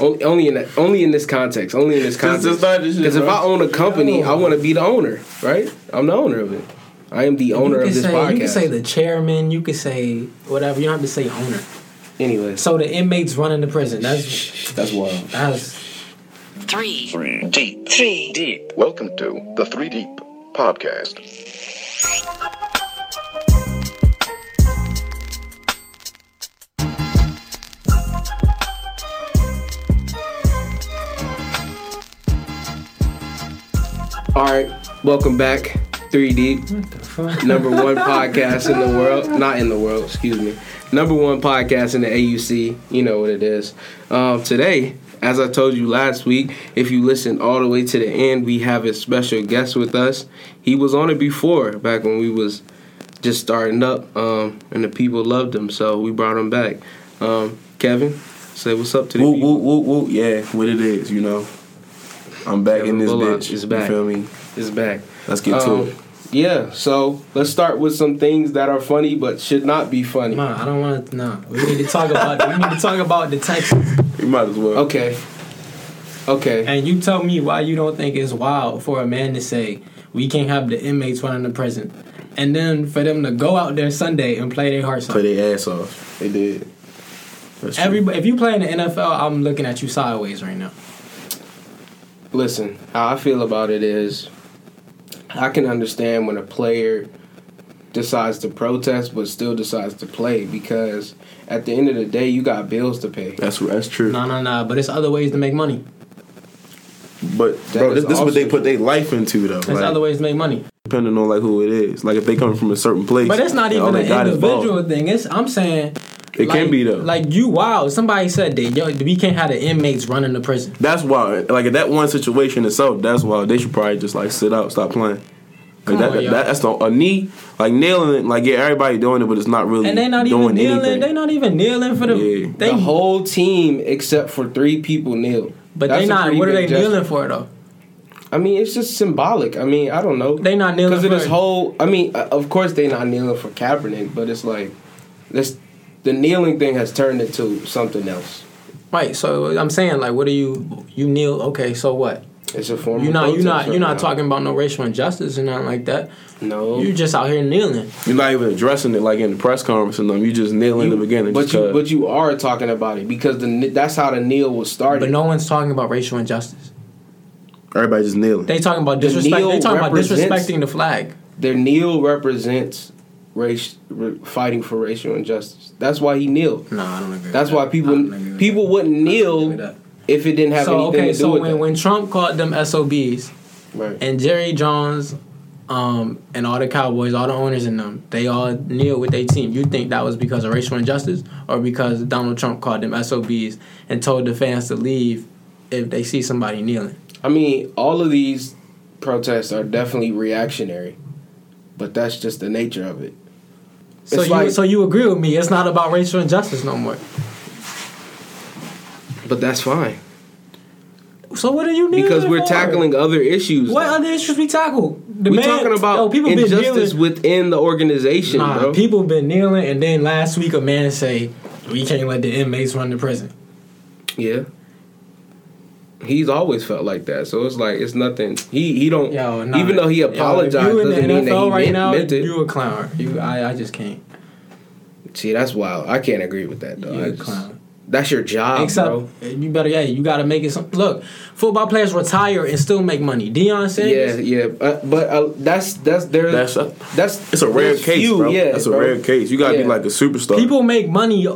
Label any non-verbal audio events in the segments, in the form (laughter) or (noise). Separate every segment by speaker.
Speaker 1: O- Only in that, only in this context. Only
Speaker 2: (laughs)
Speaker 1: in this
Speaker 2: Cause
Speaker 1: context.
Speaker 2: it's not this shit,
Speaker 1: Because if
Speaker 2: bro.
Speaker 1: I own a company, I want to be the owner, right? I'm the owner of it. I am the owner
Speaker 3: you
Speaker 1: of
Speaker 3: can
Speaker 1: this
Speaker 3: say
Speaker 1: podcast.
Speaker 3: you can say the chairman, you can say whatever. You don't have to say owner.
Speaker 1: anyway,
Speaker 3: So the inmates running the prison. That's
Speaker 2: That's wild.
Speaker 3: that's
Speaker 4: Three.
Speaker 5: Three deep.
Speaker 4: Three.
Speaker 5: Deep.
Speaker 6: Welcome to the Three Deep Podcast.
Speaker 1: all right, welcome back, 3D, number one podcast in the world. Not in the world, excuse me. Number one podcast in the AUC. You know what it is. Um, today, as I told you last week, if you listen all the way to the end, we have a special guest with us. He was on it before, back when we was just starting up, um, and the people loved him, so we brought him back. Um, Kevin, say what's up to the
Speaker 2: Woo,
Speaker 1: people.
Speaker 2: woo, woo, woo. Yeah, what it is, you know. I'm back in this
Speaker 1: Bullock
Speaker 2: bitch.
Speaker 1: is back.
Speaker 2: You feel me?
Speaker 1: It's back.
Speaker 2: Let's get to
Speaker 1: Um,
Speaker 2: it.
Speaker 1: Yeah, so let's start with some things that are funny but should not be funny.
Speaker 3: no. I don't want to. No, we need to talk about. we need to talk about the Texans.
Speaker 2: You might as well.
Speaker 1: Okay. Okay.
Speaker 3: And you tell me why you don't think it's wild for a man to say we can't have the inmates running the prison, and then for them to go out there Sunday and play their hearts out.
Speaker 2: Play their ass off. They did. That's true.
Speaker 3: Everybody, if you play in the NFL, I'm looking at you sideways right now.
Speaker 1: Listen, how I feel about it is I can understand when a player decides to protest but still decides to play because at the end of the day you got bills to pay.
Speaker 2: That's that's true.
Speaker 3: No, no, no. But it's other ways to make money.
Speaker 2: But bro,
Speaker 1: is
Speaker 2: this, this is what they
Speaker 1: awesome.
Speaker 2: put their life into though.
Speaker 3: There's
Speaker 2: like,
Speaker 3: other ways to make money.
Speaker 2: Depending on like who it is. Like if they coming from a certain place.
Speaker 3: But it's not
Speaker 2: and all
Speaker 3: even
Speaker 2: they
Speaker 3: an
Speaker 2: got is ball.
Speaker 3: individual thing. It's I'm saying
Speaker 2: It
Speaker 3: like-
Speaker 2: can be though.
Speaker 3: Like you, wow. Somebody said that yo, we can't have the inmates running the prison.
Speaker 2: That's why, like in that one situation itself, that's why they should probably just like sit out, stop playing. Like
Speaker 3: Come
Speaker 2: that,
Speaker 3: on,
Speaker 2: that-
Speaker 3: y'all.
Speaker 2: that's the a knee, like nailing it, like yeah, everybody doing it, but it's not really
Speaker 3: And they not even
Speaker 2: doing
Speaker 3: kneeling.
Speaker 2: anything.
Speaker 3: They not even kneeling for the.
Speaker 2: Yeah.
Speaker 3: They,
Speaker 1: the whole team except for three people kneel.
Speaker 3: but
Speaker 1: That's
Speaker 3: they
Speaker 1: a
Speaker 3: not.
Speaker 1: pretty
Speaker 3: What are they
Speaker 1: big gesture.
Speaker 3: kneeling for though?
Speaker 1: I mean, it's just symbolic. I mean, I don't know.
Speaker 3: They not kneeling
Speaker 1: because of
Speaker 3: for
Speaker 1: this
Speaker 3: it.
Speaker 1: whole. I mean, uh, of course they not kneeling for Kaepernick, but it's like this. The kneeling thing has turned into something else.
Speaker 3: Right. So I'm saying like, what are you? You kneel. Okay. So what?
Speaker 1: It's a form.
Speaker 3: You
Speaker 1: of
Speaker 3: not. You
Speaker 1: protest
Speaker 3: not. You
Speaker 1: right
Speaker 3: not
Speaker 1: now.
Speaker 3: talking about no racial injustice or nothing like that.
Speaker 1: No,
Speaker 3: You just out here kneeling.
Speaker 2: You're not even addressing it like in the press conference and them. You just kneel in the beginning.
Speaker 1: but
Speaker 2: just
Speaker 1: you
Speaker 2: 'cause.
Speaker 1: but you are talking about it because the kn- that's how the kneel was started.
Speaker 3: But no one's talking about racial injustice.
Speaker 2: everybody just kneeling.
Speaker 3: They talking about disrespect.
Speaker 1: kneel
Speaker 3: They talking about
Speaker 1: represents-
Speaker 3: disrespecting the flag.
Speaker 1: their kneel represents race re, fighting for racial injustice. That's why he kneeled.
Speaker 3: No, I don't agree.
Speaker 1: That's
Speaker 3: with
Speaker 1: why
Speaker 3: that. I
Speaker 1: people
Speaker 3: don't agree with
Speaker 1: people wouldn't
Speaker 3: with that.
Speaker 1: kneel if it didn't
Speaker 3: that.
Speaker 1: have
Speaker 3: So
Speaker 1: anything
Speaker 3: okay,
Speaker 1: to do
Speaker 3: so
Speaker 1: with
Speaker 3: when,
Speaker 1: that.
Speaker 3: when Trump called them SOBs
Speaker 1: right.
Speaker 3: and Jerry Jones, um, and all the Cowboys, all the owners in them, they all kneel with their team. You think that was because of racial injustice or because Donald Trump called them SOBs and told the fans to leave if they see somebody kneeling?
Speaker 1: I mean, all of these protests are definitely reactionary, but that's just the nature of it.
Speaker 3: So
Speaker 1: It's
Speaker 3: you
Speaker 1: like-
Speaker 3: so you agree with me? It's not about racial injustice no more.
Speaker 1: But that's fine
Speaker 3: So what are you kneeling
Speaker 1: because we're
Speaker 3: for?
Speaker 1: tackling other issues.
Speaker 3: What
Speaker 1: though.
Speaker 3: other issues we tackle? The
Speaker 1: we're
Speaker 3: man-
Speaker 1: talking about
Speaker 3: yo, people been
Speaker 1: injustice
Speaker 3: kneeling-
Speaker 1: within the organization,
Speaker 3: Nah,
Speaker 1: bro.
Speaker 3: people been kneeling, and then last week a man say, "We can't let the inmates run the prison."
Speaker 1: yeah, he's always felt like that. So it's like it's nothing. He he don't.
Speaker 3: Yo, nah.
Speaker 1: even though he
Speaker 3: Yo,
Speaker 1: apologized,
Speaker 3: if you in the
Speaker 1: doesn't mean that
Speaker 3: NFL
Speaker 1: he
Speaker 3: right
Speaker 1: meant,
Speaker 3: now,
Speaker 1: meant it.
Speaker 3: You a clown? You, I, I just can't.
Speaker 1: See, that's wild. I can't agree with that though.
Speaker 3: You
Speaker 1: I
Speaker 3: a
Speaker 1: just-
Speaker 3: clown.
Speaker 1: That's your job,
Speaker 3: Except
Speaker 1: Ah, bro.
Speaker 3: you better, yeah, you gotta make it. Some, look, football players retire and still make money. Deion
Speaker 1: Yeah,
Speaker 3: Sanders.
Speaker 1: yeah, uh, but uh, that's that's there.
Speaker 2: That's a-
Speaker 1: that's
Speaker 2: it's a rare
Speaker 1: there's
Speaker 2: case,
Speaker 1: few,
Speaker 2: bro.
Speaker 1: Yeah,
Speaker 2: that's a
Speaker 1: bro.
Speaker 2: rare case. You gotta
Speaker 1: Yeah.
Speaker 2: be like a superstar.
Speaker 3: People make money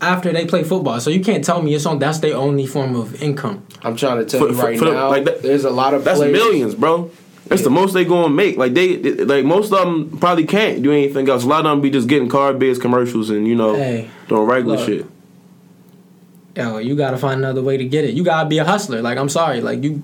Speaker 3: after they play football, so you can't tell me it's on. That's their only form of income.
Speaker 1: I'm trying to tell
Speaker 2: For-
Speaker 1: you
Speaker 2: for-
Speaker 1: right
Speaker 2: for the-
Speaker 1: now.
Speaker 2: like that-
Speaker 1: there's a lot of
Speaker 2: that's
Speaker 1: players-
Speaker 2: millions, bro. That's the most they gonna make. Like they, they- like most of them probably can't do anything else. A lot of them be just getting car bids, commercials, and you know
Speaker 3: Hey,
Speaker 2: doing regular
Speaker 3: look.
Speaker 2: shit.
Speaker 3: yo, you gotta find another way to get it. You gotta be a hustler. Like I'm sorry, like you.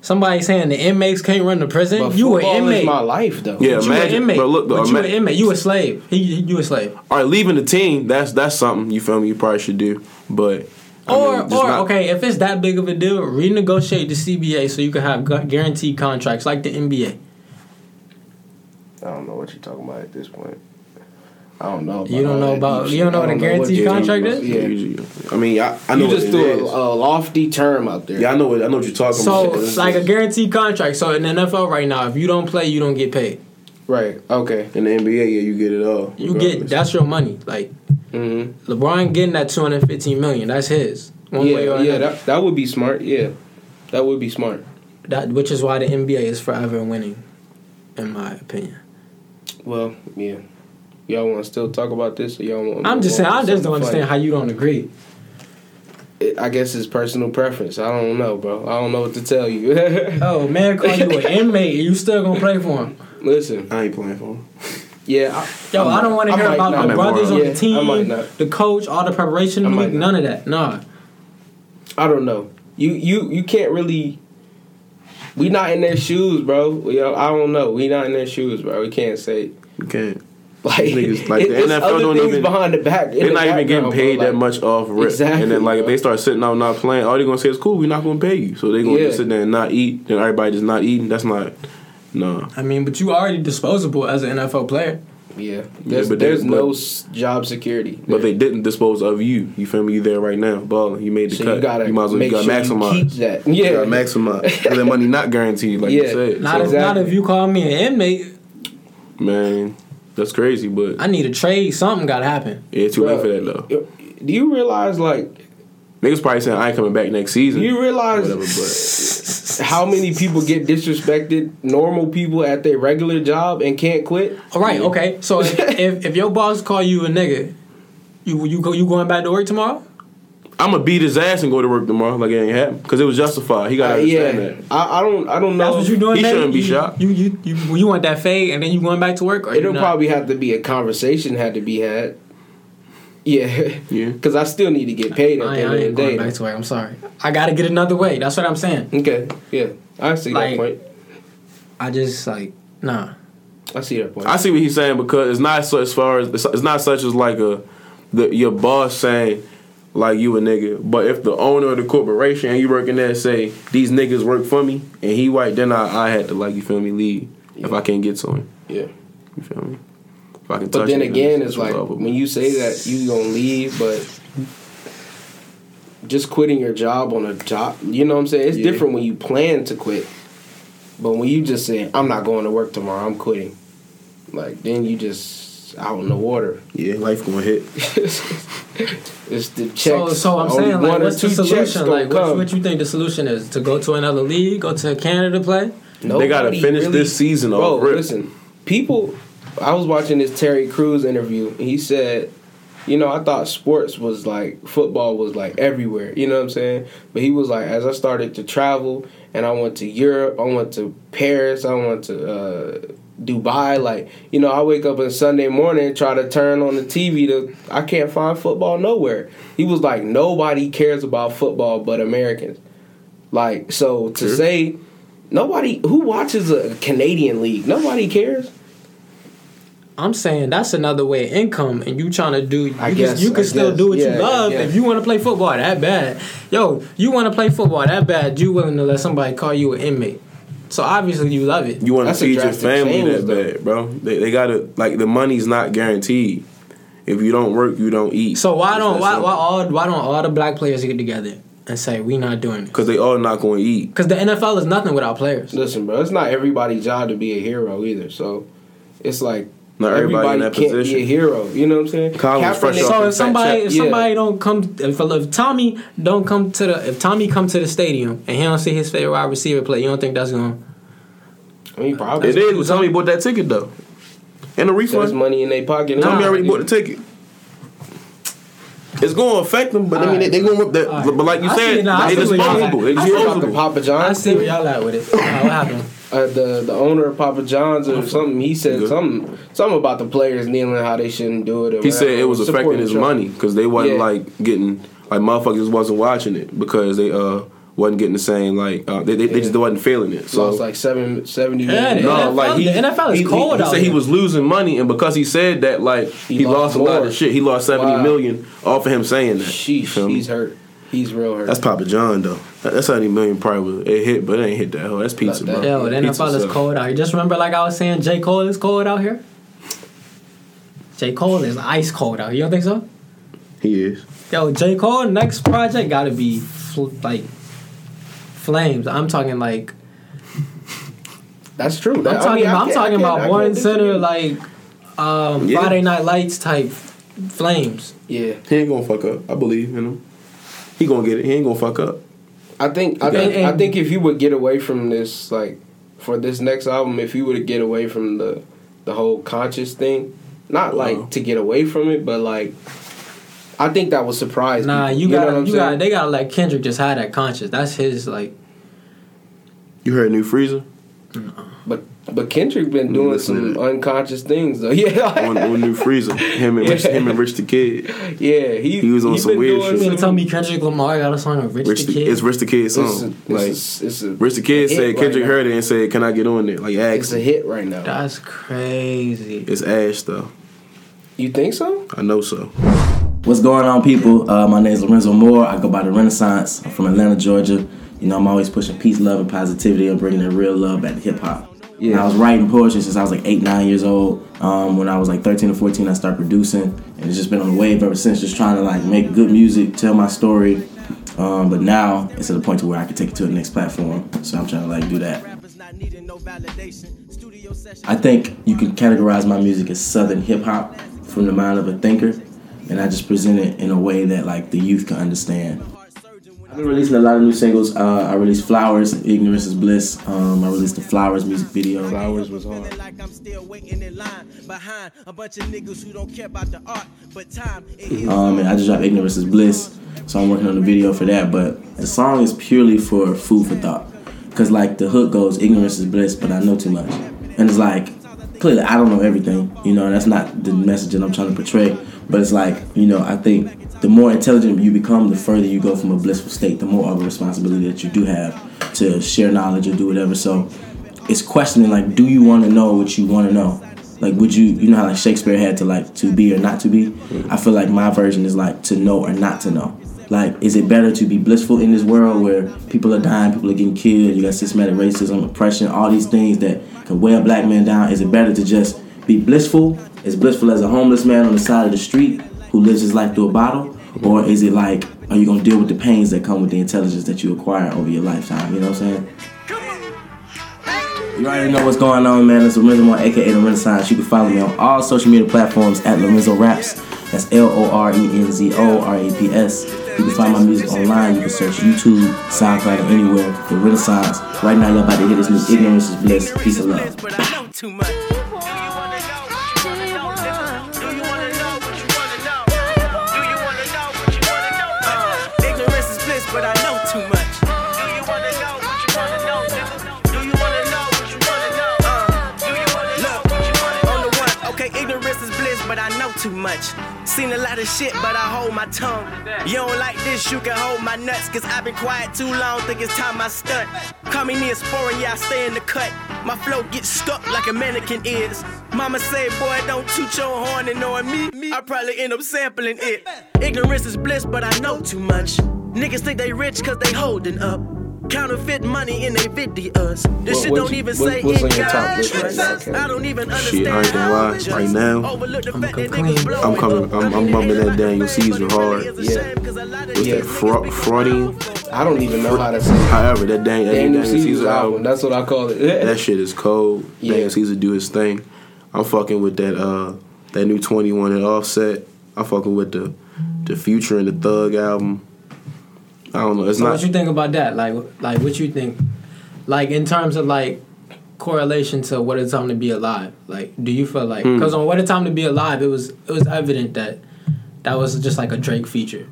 Speaker 3: Somebody saying the inmates can't run the prison.
Speaker 1: But
Speaker 3: you an
Speaker 1: football
Speaker 3: inmate.
Speaker 1: is my life, though.
Speaker 2: Yeah.
Speaker 3: But you an
Speaker 2: Imagine-
Speaker 3: inmate.
Speaker 2: bro, look, though,
Speaker 3: but you an
Speaker 2: ima-
Speaker 3: inmate. You a slave. He, he- you a slave.
Speaker 2: All right, leaving the team, that's that's something you feel me. You probably should do, but I
Speaker 3: Or,
Speaker 2: mean, just
Speaker 3: or
Speaker 2: not-
Speaker 3: okay, if it's that big of a deal, renegotiate the CBA so you can have gu- guaranteed contracts like the NBA.
Speaker 1: I don't know what you're talking about at this point.
Speaker 4: I don't know.
Speaker 3: You don't
Speaker 4: all
Speaker 3: know
Speaker 4: that
Speaker 3: about-
Speaker 4: deep
Speaker 3: you don't
Speaker 4: shit.
Speaker 3: know
Speaker 4: I
Speaker 3: the
Speaker 4: what
Speaker 3: guaranteed
Speaker 4: you're
Speaker 3: contract
Speaker 4: talking
Speaker 3: is?
Speaker 4: about. Yeah.
Speaker 2: I mean, I, I know
Speaker 4: You just
Speaker 2: what it
Speaker 4: threw
Speaker 2: is.
Speaker 4: a, a lofty term out there.
Speaker 2: yeah, I know what I know what you're talking
Speaker 3: So
Speaker 2: about.
Speaker 3: like a guaranteed contract. So in the NFL right now, if you don't play, you don't get paid.
Speaker 1: Right. Okay.
Speaker 2: in the NBA, yeah, you get it all.
Speaker 3: You get
Speaker 2: regardless.
Speaker 3: that's your money. Like
Speaker 1: Mm-hmm.
Speaker 3: LeBron getting that two hundred fifteen million. That's his. One way
Speaker 1: Yeah.
Speaker 3: or
Speaker 1: Yeah.
Speaker 3: another.
Speaker 1: That, that would be smart. Yeah. That would be smart.
Speaker 3: That which is why the NBA is forever winning, in my opinion.
Speaker 1: Well, yeah. Y'all want to still talk about this? Or y'all want?
Speaker 3: I'm just saying. I just don't understand how you don't agree.
Speaker 1: It, I guess it's personal preference. I don't know, bro. I don't know what to tell you. (laughs)
Speaker 3: Oh man, call you an inmate. You still gonna play for him?
Speaker 1: Listen,
Speaker 2: I ain't playing for him.
Speaker 1: yeah,
Speaker 3: Yo, I don't want
Speaker 1: I
Speaker 3: to hear
Speaker 1: might
Speaker 3: about
Speaker 1: not.
Speaker 3: the
Speaker 2: I might
Speaker 3: brothers
Speaker 2: not.
Speaker 3: on
Speaker 1: Yeah,
Speaker 3: the
Speaker 1: I might
Speaker 3: team,
Speaker 1: not.
Speaker 3: the coach, all the preparation
Speaker 1: I
Speaker 3: in the
Speaker 1: might
Speaker 3: week.
Speaker 1: not.
Speaker 3: None of that. Nah.
Speaker 1: I, I don't know. You you you can't really. We not in their shoes, bro. We, uh, I don't know. We not in their shoes, bro. We can't say (laughs)
Speaker 2: You can't.
Speaker 1: like,
Speaker 2: Niggas,
Speaker 1: (laughs)
Speaker 2: like,
Speaker 1: it-
Speaker 2: the
Speaker 1: it's
Speaker 2: NFL
Speaker 1: other
Speaker 2: don't
Speaker 1: things
Speaker 2: even-
Speaker 1: behind the back. in
Speaker 2: They're
Speaker 1: the
Speaker 2: not even getting
Speaker 1: background, bro,
Speaker 2: paid that
Speaker 1: like-
Speaker 2: much off rip.
Speaker 1: Exactly,
Speaker 2: and then like if
Speaker 1: bro.
Speaker 2: they start sitting out not playing, all they're gonna say is cool, we're not gonna pay you. So they're gonna
Speaker 1: Yeah.
Speaker 2: just sit there and not eat, then everybody just not eating. That's not no.
Speaker 3: I mean, but you already disposable as an NFL player.
Speaker 1: Yeah, there's,
Speaker 2: but they-
Speaker 1: there's no
Speaker 2: but-
Speaker 1: s- job security.
Speaker 2: But they didn't dispose of you. You feel me? You there right now, balling. You made the
Speaker 1: so
Speaker 2: cut.
Speaker 1: you gotta
Speaker 2: might as well
Speaker 1: make
Speaker 2: you gotta
Speaker 1: sure
Speaker 2: maximize.
Speaker 1: you keep that.
Speaker 2: You
Speaker 1: Yeah,
Speaker 2: gotta
Speaker 1: (laughs)
Speaker 2: maximize. 'Cause that money not guaranteed, like
Speaker 1: Yeah.
Speaker 2: you said.
Speaker 3: Not
Speaker 2: So,
Speaker 3: if not
Speaker 1: Exactly.
Speaker 3: if you call me an inmate.
Speaker 2: man, that's crazy, but
Speaker 3: I need a trade. Something got to happen.
Speaker 2: yeah, too late
Speaker 1: Bruh.
Speaker 2: for that though.
Speaker 1: Do you realize like
Speaker 2: Niggas probably saying I ain't coming back next season.
Speaker 1: you realize
Speaker 2: whatever,
Speaker 1: (laughs)
Speaker 2: but
Speaker 1: how many people get disrespected? Normal people at their regular job and can't quit.
Speaker 3: All right. Okay.
Speaker 1: (laughs)
Speaker 3: So if, if if your boss call you a nigga, you you go you going back to work tomorrow?
Speaker 2: I'ma beat his ass and go to work tomorrow like it ain't happened. Cause it was justified. He gotta
Speaker 1: Uh,
Speaker 2: understand
Speaker 1: yeah,
Speaker 2: that.
Speaker 1: I, I don't I don't know.
Speaker 3: That's what you doing.
Speaker 2: He
Speaker 3: baby?
Speaker 2: shouldn't be
Speaker 3: You-
Speaker 2: shot.
Speaker 3: You you you well, you want that fade and then you going back to work? Or you
Speaker 1: It'll
Speaker 3: not?
Speaker 1: probably have to be a conversation had to be had. Yeah, (laughs)
Speaker 2: Yeah.
Speaker 1: Because I still need to get paid at the
Speaker 3: I, ain't-
Speaker 1: end
Speaker 3: I
Speaker 1: of the
Speaker 3: ain't going
Speaker 1: day.
Speaker 3: back to work. I'm sorry. I got to get another way. That's what I'm saying.
Speaker 1: Okay, yeah, I see
Speaker 3: Like-
Speaker 1: that point.
Speaker 3: I just like nah.
Speaker 1: I see that point.
Speaker 2: I see what he's saying because it's not so as far as it's, it's not such as like a the, your boss saying like you a nigga, but if the owner of the corporation and you working there say these niggas work for me and he white, then I, I had to like you feel me leave if I can't get to him.
Speaker 1: yeah.
Speaker 2: You feel me? If I can
Speaker 1: But
Speaker 2: touch
Speaker 1: then
Speaker 2: him,
Speaker 1: again, it's like
Speaker 2: over.
Speaker 1: when you say that you gonna leave, but just quitting your job on a job, you know what I'm saying? It's
Speaker 2: Yeah.
Speaker 1: different when you plan to quit, but when you just say I'm not going to work tomorrow, I'm quitting. Like then you just out in the water. (laughs)
Speaker 2: yeah, life gonna hit.
Speaker 1: it's the checks.
Speaker 3: So so I'm
Speaker 1: Only
Speaker 3: saying like
Speaker 1: one or
Speaker 3: what's the
Speaker 1: two checks
Speaker 3: solution?
Speaker 1: gonna
Speaker 3: Like what,
Speaker 1: come.
Speaker 3: what you think the solution is? To go to another league? Go to Canada to play?
Speaker 2: They gotta
Speaker 1: Nobody
Speaker 2: finish this season
Speaker 1: Bro,
Speaker 2: off rip.
Speaker 1: listen, people. I was watching this Terry Crews interview, and he said, "You know, I thought sports was like football was like everywhere. You know what I'm saying? But he was like, as I started to travel, and I went to Europe, I went to Paris, I went to uh, Dubai. Like, you know, I wake up on Sunday morning, try to turn on the TV to, I can't find football nowhere. He was like, nobody cares about football but Americans. Like, so to
Speaker 2: True.
Speaker 1: say." Nobody who watches a Canadian league. Nobody cares.
Speaker 3: I'm saying that's another way of income, and you trying to do. You
Speaker 1: I
Speaker 3: can,
Speaker 1: guess,
Speaker 3: you can
Speaker 1: I
Speaker 3: still
Speaker 1: guess.
Speaker 3: do what
Speaker 1: Yeah,
Speaker 3: you love
Speaker 1: yeah.
Speaker 3: if you want to play football that bad. Yo, you want to play football that bad? You willing to let somebody call you an inmate? So obviously you love it.
Speaker 2: You want to
Speaker 1: That's a
Speaker 2: feed your
Speaker 1: drastic
Speaker 2: family
Speaker 1: change,
Speaker 2: that
Speaker 1: though.
Speaker 2: bad, bro. They, they gotta like the money's not guaranteed. If you don't work, you don't eat.
Speaker 3: So why
Speaker 2: It's
Speaker 3: don't
Speaker 2: that
Speaker 3: why
Speaker 2: simple.
Speaker 3: why all why don't all the black players get together and say we not doing it?
Speaker 2: Cause they all not gonna eat.
Speaker 3: Because the NFL is nothing without players.
Speaker 1: Listen, bro, it's not everybody's job to be a hero either. So it's like
Speaker 2: Not everybody in that
Speaker 1: can't
Speaker 2: position.
Speaker 1: be a hero. You know what I'm saying?
Speaker 2: Kyle was fresh off
Speaker 3: So
Speaker 2: the
Speaker 3: if somebody if
Speaker 1: Yeah.
Speaker 3: somebody don't come if, if Tommy don't come to the if Tommy come to the stadium and he don't see his favorite wide receiver play, you don't think that's gonna
Speaker 1: I mean, probably (laughs)
Speaker 2: It is. Tommy bought that ticket though, and the
Speaker 1: That's
Speaker 2: refund.
Speaker 1: money in their pocket.
Speaker 2: Tommy
Speaker 1: Nah,
Speaker 2: already
Speaker 1: dude.
Speaker 2: bought the ticket. It's gonna affect them, but I mean
Speaker 3: Alright.
Speaker 2: they, they gonna. They,
Speaker 3: Alright.
Speaker 2: But like you
Speaker 3: I see it
Speaker 2: said,
Speaker 3: now. I
Speaker 2: they
Speaker 3: see what y'all
Speaker 2: disposable. They
Speaker 3: like.
Speaker 1: I talked to
Speaker 2: disposable.
Speaker 1: Papa
Speaker 3: I
Speaker 1: John's.
Speaker 3: see where y'all at with it. Nah, what happened?
Speaker 1: Uh, the the owner of Papa John's or something. He said
Speaker 2: Good.
Speaker 1: something something about the players kneeling how they shouldn't do it. Or
Speaker 2: He said
Speaker 1: whatever.
Speaker 2: it was affecting
Speaker 1: Supporting
Speaker 2: his
Speaker 1: Trump.
Speaker 2: money because they wasn't
Speaker 1: Yeah.
Speaker 2: like getting like motherfuckers wasn't watching it because they uh wasn't getting the same like uh, they, they, they just wasn't feeling it. So
Speaker 1: Lost like seven seventy.
Speaker 3: Yeah,
Speaker 1: million.
Speaker 3: the
Speaker 2: No,
Speaker 3: NFL
Speaker 2: like he,
Speaker 3: the NFL is
Speaker 2: he- he-
Speaker 3: cold
Speaker 2: he,
Speaker 3: out
Speaker 2: said he
Speaker 3: here.
Speaker 2: was losing money, and because he said that, like he,
Speaker 1: lost
Speaker 2: lost, a lot
Speaker 1: more.
Speaker 2: of shit. He lost seventy
Speaker 1: Wow.
Speaker 2: million off of him saying that. You
Speaker 1: Sheesh,
Speaker 2: feel me?
Speaker 1: he's hurt. He's real hurt.
Speaker 2: That's Papa John though. That- That's seventy million probably was- it hit, but it ain't hit that hard. That's pizza,
Speaker 1: that.
Speaker 2: bro.
Speaker 3: Yo, the
Speaker 2: Pizza
Speaker 3: NFL is
Speaker 2: stuff.
Speaker 3: cold out here. Just remember, like I was saying, J. Cole is cold out here. J. Cole is ice cold out. here. You don't think so?
Speaker 2: He is.
Speaker 3: Yo, J. Cole next project gotta be fl- like flames. I'm talking like
Speaker 4: That's true.
Speaker 3: I'm
Speaker 4: I
Speaker 3: talking
Speaker 4: mean, I
Speaker 3: about I'm
Speaker 4: can't- I
Speaker 3: talking
Speaker 4: can't- I
Speaker 3: about
Speaker 4: can't
Speaker 3: one
Speaker 4: disagree.
Speaker 3: center like um,
Speaker 2: Yeah.
Speaker 3: Friday Night Lights type flames.
Speaker 4: Yeah,
Speaker 2: He ain't gonna fuck up. I believe in him. He gonna get it. He ain't gonna fuck up.
Speaker 4: I think I
Speaker 3: Okay.
Speaker 4: think
Speaker 3: And-
Speaker 4: I think if you would get away from this, like for this next album, if you were to get away from the the whole conscious thing, not like
Speaker 2: Uh-huh.
Speaker 4: to get away from it, but like I think that would surprise.
Speaker 3: Nah,
Speaker 4: people.
Speaker 3: you
Speaker 4: know
Speaker 3: gotta
Speaker 4: what I'm
Speaker 3: you
Speaker 4: saying?
Speaker 3: gotta they gotta let Kendrick just have that conscience. That's his like
Speaker 2: You heard new Freezer
Speaker 4: But but Kendrick been
Speaker 2: me
Speaker 4: doing
Speaker 2: listen to
Speaker 4: some
Speaker 2: that.
Speaker 4: unconscious things though. (laughs) Yeah,
Speaker 2: on, on new Freezer. Him and Rich, him and Rich the Kid.
Speaker 4: yeah. He
Speaker 2: He was on
Speaker 4: he
Speaker 2: some
Speaker 4: been
Speaker 2: weird
Speaker 4: doing
Speaker 2: shit.
Speaker 3: You mean to
Speaker 4: some-
Speaker 3: tell me Kendrick Lamar got a song of Rich,
Speaker 2: Rich
Speaker 3: the
Speaker 2: the,
Speaker 3: Kid?
Speaker 2: it's Rich the Kid's
Speaker 4: It's a,
Speaker 2: song.
Speaker 4: it's
Speaker 2: Oh, Like
Speaker 4: a, it's a,
Speaker 2: Rich the Kid
Speaker 4: it's a
Speaker 2: said
Speaker 4: hit
Speaker 2: Kendrick
Speaker 4: right
Speaker 2: heard
Speaker 4: now.
Speaker 2: it and said, "Can I get on it?" Like
Speaker 4: It's
Speaker 2: ask.
Speaker 4: a
Speaker 2: him.
Speaker 4: hit right now.
Speaker 3: That's crazy.
Speaker 2: It's Ash though.
Speaker 4: You think so?
Speaker 2: I know so.
Speaker 5: What's going on, people? Uh, my name is Lorenzo Moore. I go by the Renaissance. I'm from Atlanta, Georgia. You know, I'm always pushing peace, love, and positivity and bringing in real love back to hip hop. Yeah. I was writing poetry since I was like eight, nine years old. Um, when I was like 13 or 14, I started producing, and it's just been on the wave ever since. Just trying to like make good music, tell my story. Um, but now it's at a point to where I can take it to the next platform. So I'm trying to like do that. I think you can categorize my music as Southern hip hop from the mind of a thinker, and I just present it in a way that like the youth can understand. I've been releasing a lot of new singles. Uh, I released Flowers, Ignorance is Bliss. Um, I released the Flowers music video.
Speaker 2: Flowers was hard.
Speaker 7: like I'm still waiting in line behind a bunch of niggas who don't care about the art, but time it is
Speaker 5: Um, and I just dropped Ignorance is Bliss, so I'm working on the video for that. But the song is purely for food for thought. Cause like the hook goes, Ignorance is Bliss, but I know too much. And it's like, clearly I don't know everything, you know, and that's not the message that I'm trying to portray. But it's like, you know, I think the more intelligent you become, the further you go from a blissful state, the more of a responsibility that you do have to share knowledge or do whatever. So it's questioning like, do you want to know what you want to know? Like, would you, you know how like Shakespeare had to like to be or not to be? I feel like my version is like to know or not to know. Like, is it better to be blissful in this world where people are dying, people are getting killed, you got systematic racism, oppression, all these things that can weigh a black man down? Is it better to just be blissful, as blissful as a homeless man on the side of the street who lives his life through a bottle? Or is it like, are you gonna deal with the pains that come with the intelligence that you acquire over your lifetime? You know what I'm saying? You already know what's going on, man. It's Lorenzo Moore, aka The Renaissance. You can follow me on all social media platforms at Lorenzo Raps. That's L O R E N Z O R A P S. You can find my music online. You can search YouTube, SoundCloud, or anywhere. The Renaissance. Right now, y'all about to hear this new Ignorance is Bliss. Peace and love.
Speaker 7: but I know too much. Do you wanna know what you wanna know, nigga? Do you wanna know what you wanna know? Do you wanna know what you wanna know? Uh, ignorance is bliss, but I know too much. Do you wanna know what you wanna know, nigga? Do you wanna know what you wanna know? Uh, do you wanna know what you wanna know? On the one, okay, ignorance is bliss, but I know too much. Seen a lot of shit, but I hold my tongue. You don't like this, you can hold my nuts, cause I've been quiet too long, think it's time I stunt. Call me Neosporin, yeah, I stay in the cut. My flow gets stuck like a mannequin is. Mama say, boy, don't toot your horn and knowing me. I probably end up sampling it. Ignorance is bliss, but I know too much. Niggas think they rich cause they holding up. Counterfeit money in they videos. This
Speaker 4: What-
Speaker 7: shit
Speaker 4: what
Speaker 7: don't
Speaker 4: you-
Speaker 7: even
Speaker 4: what-
Speaker 7: say
Speaker 4: what's
Speaker 7: in
Speaker 4: on your top
Speaker 7: God's
Speaker 4: list right now,
Speaker 7: trust.
Speaker 4: Kevin?
Speaker 7: I don't even
Speaker 2: Shit,
Speaker 7: understand.
Speaker 2: I ain't gonna lie.
Speaker 7: how it
Speaker 2: Right
Speaker 7: just
Speaker 2: now,
Speaker 7: overlook the fact that
Speaker 3: coming
Speaker 7: niggas
Speaker 3: clean.
Speaker 2: I'm
Speaker 7: blowing
Speaker 2: coming-
Speaker 7: up.
Speaker 2: I'm- I'm bumping that Daniel Caesar hard.
Speaker 4: Yeah.
Speaker 2: What's
Speaker 4: Yeah.
Speaker 2: that? Fra- Fraudian.
Speaker 4: I don't even know how to say.
Speaker 2: However, that dang
Speaker 4: Daniel
Speaker 2: Daniel
Speaker 4: Caesar's
Speaker 2: Caesar
Speaker 4: album.
Speaker 2: album.
Speaker 4: That's what I call it.
Speaker 2: That shit is cold.
Speaker 4: Yeah.
Speaker 2: Daniel Caesar do his thing. I'm fucking with that uh that new 21 and Offset. I'm fucking with the the Future and the Thug album. I don't know. It's
Speaker 3: So
Speaker 2: not
Speaker 3: what you think about that? Like like what you think? Like in terms of like correlation to what a time to be alive. Like do you feel like because on what a time to be alive it was it was evident that that was just like a Drake feature.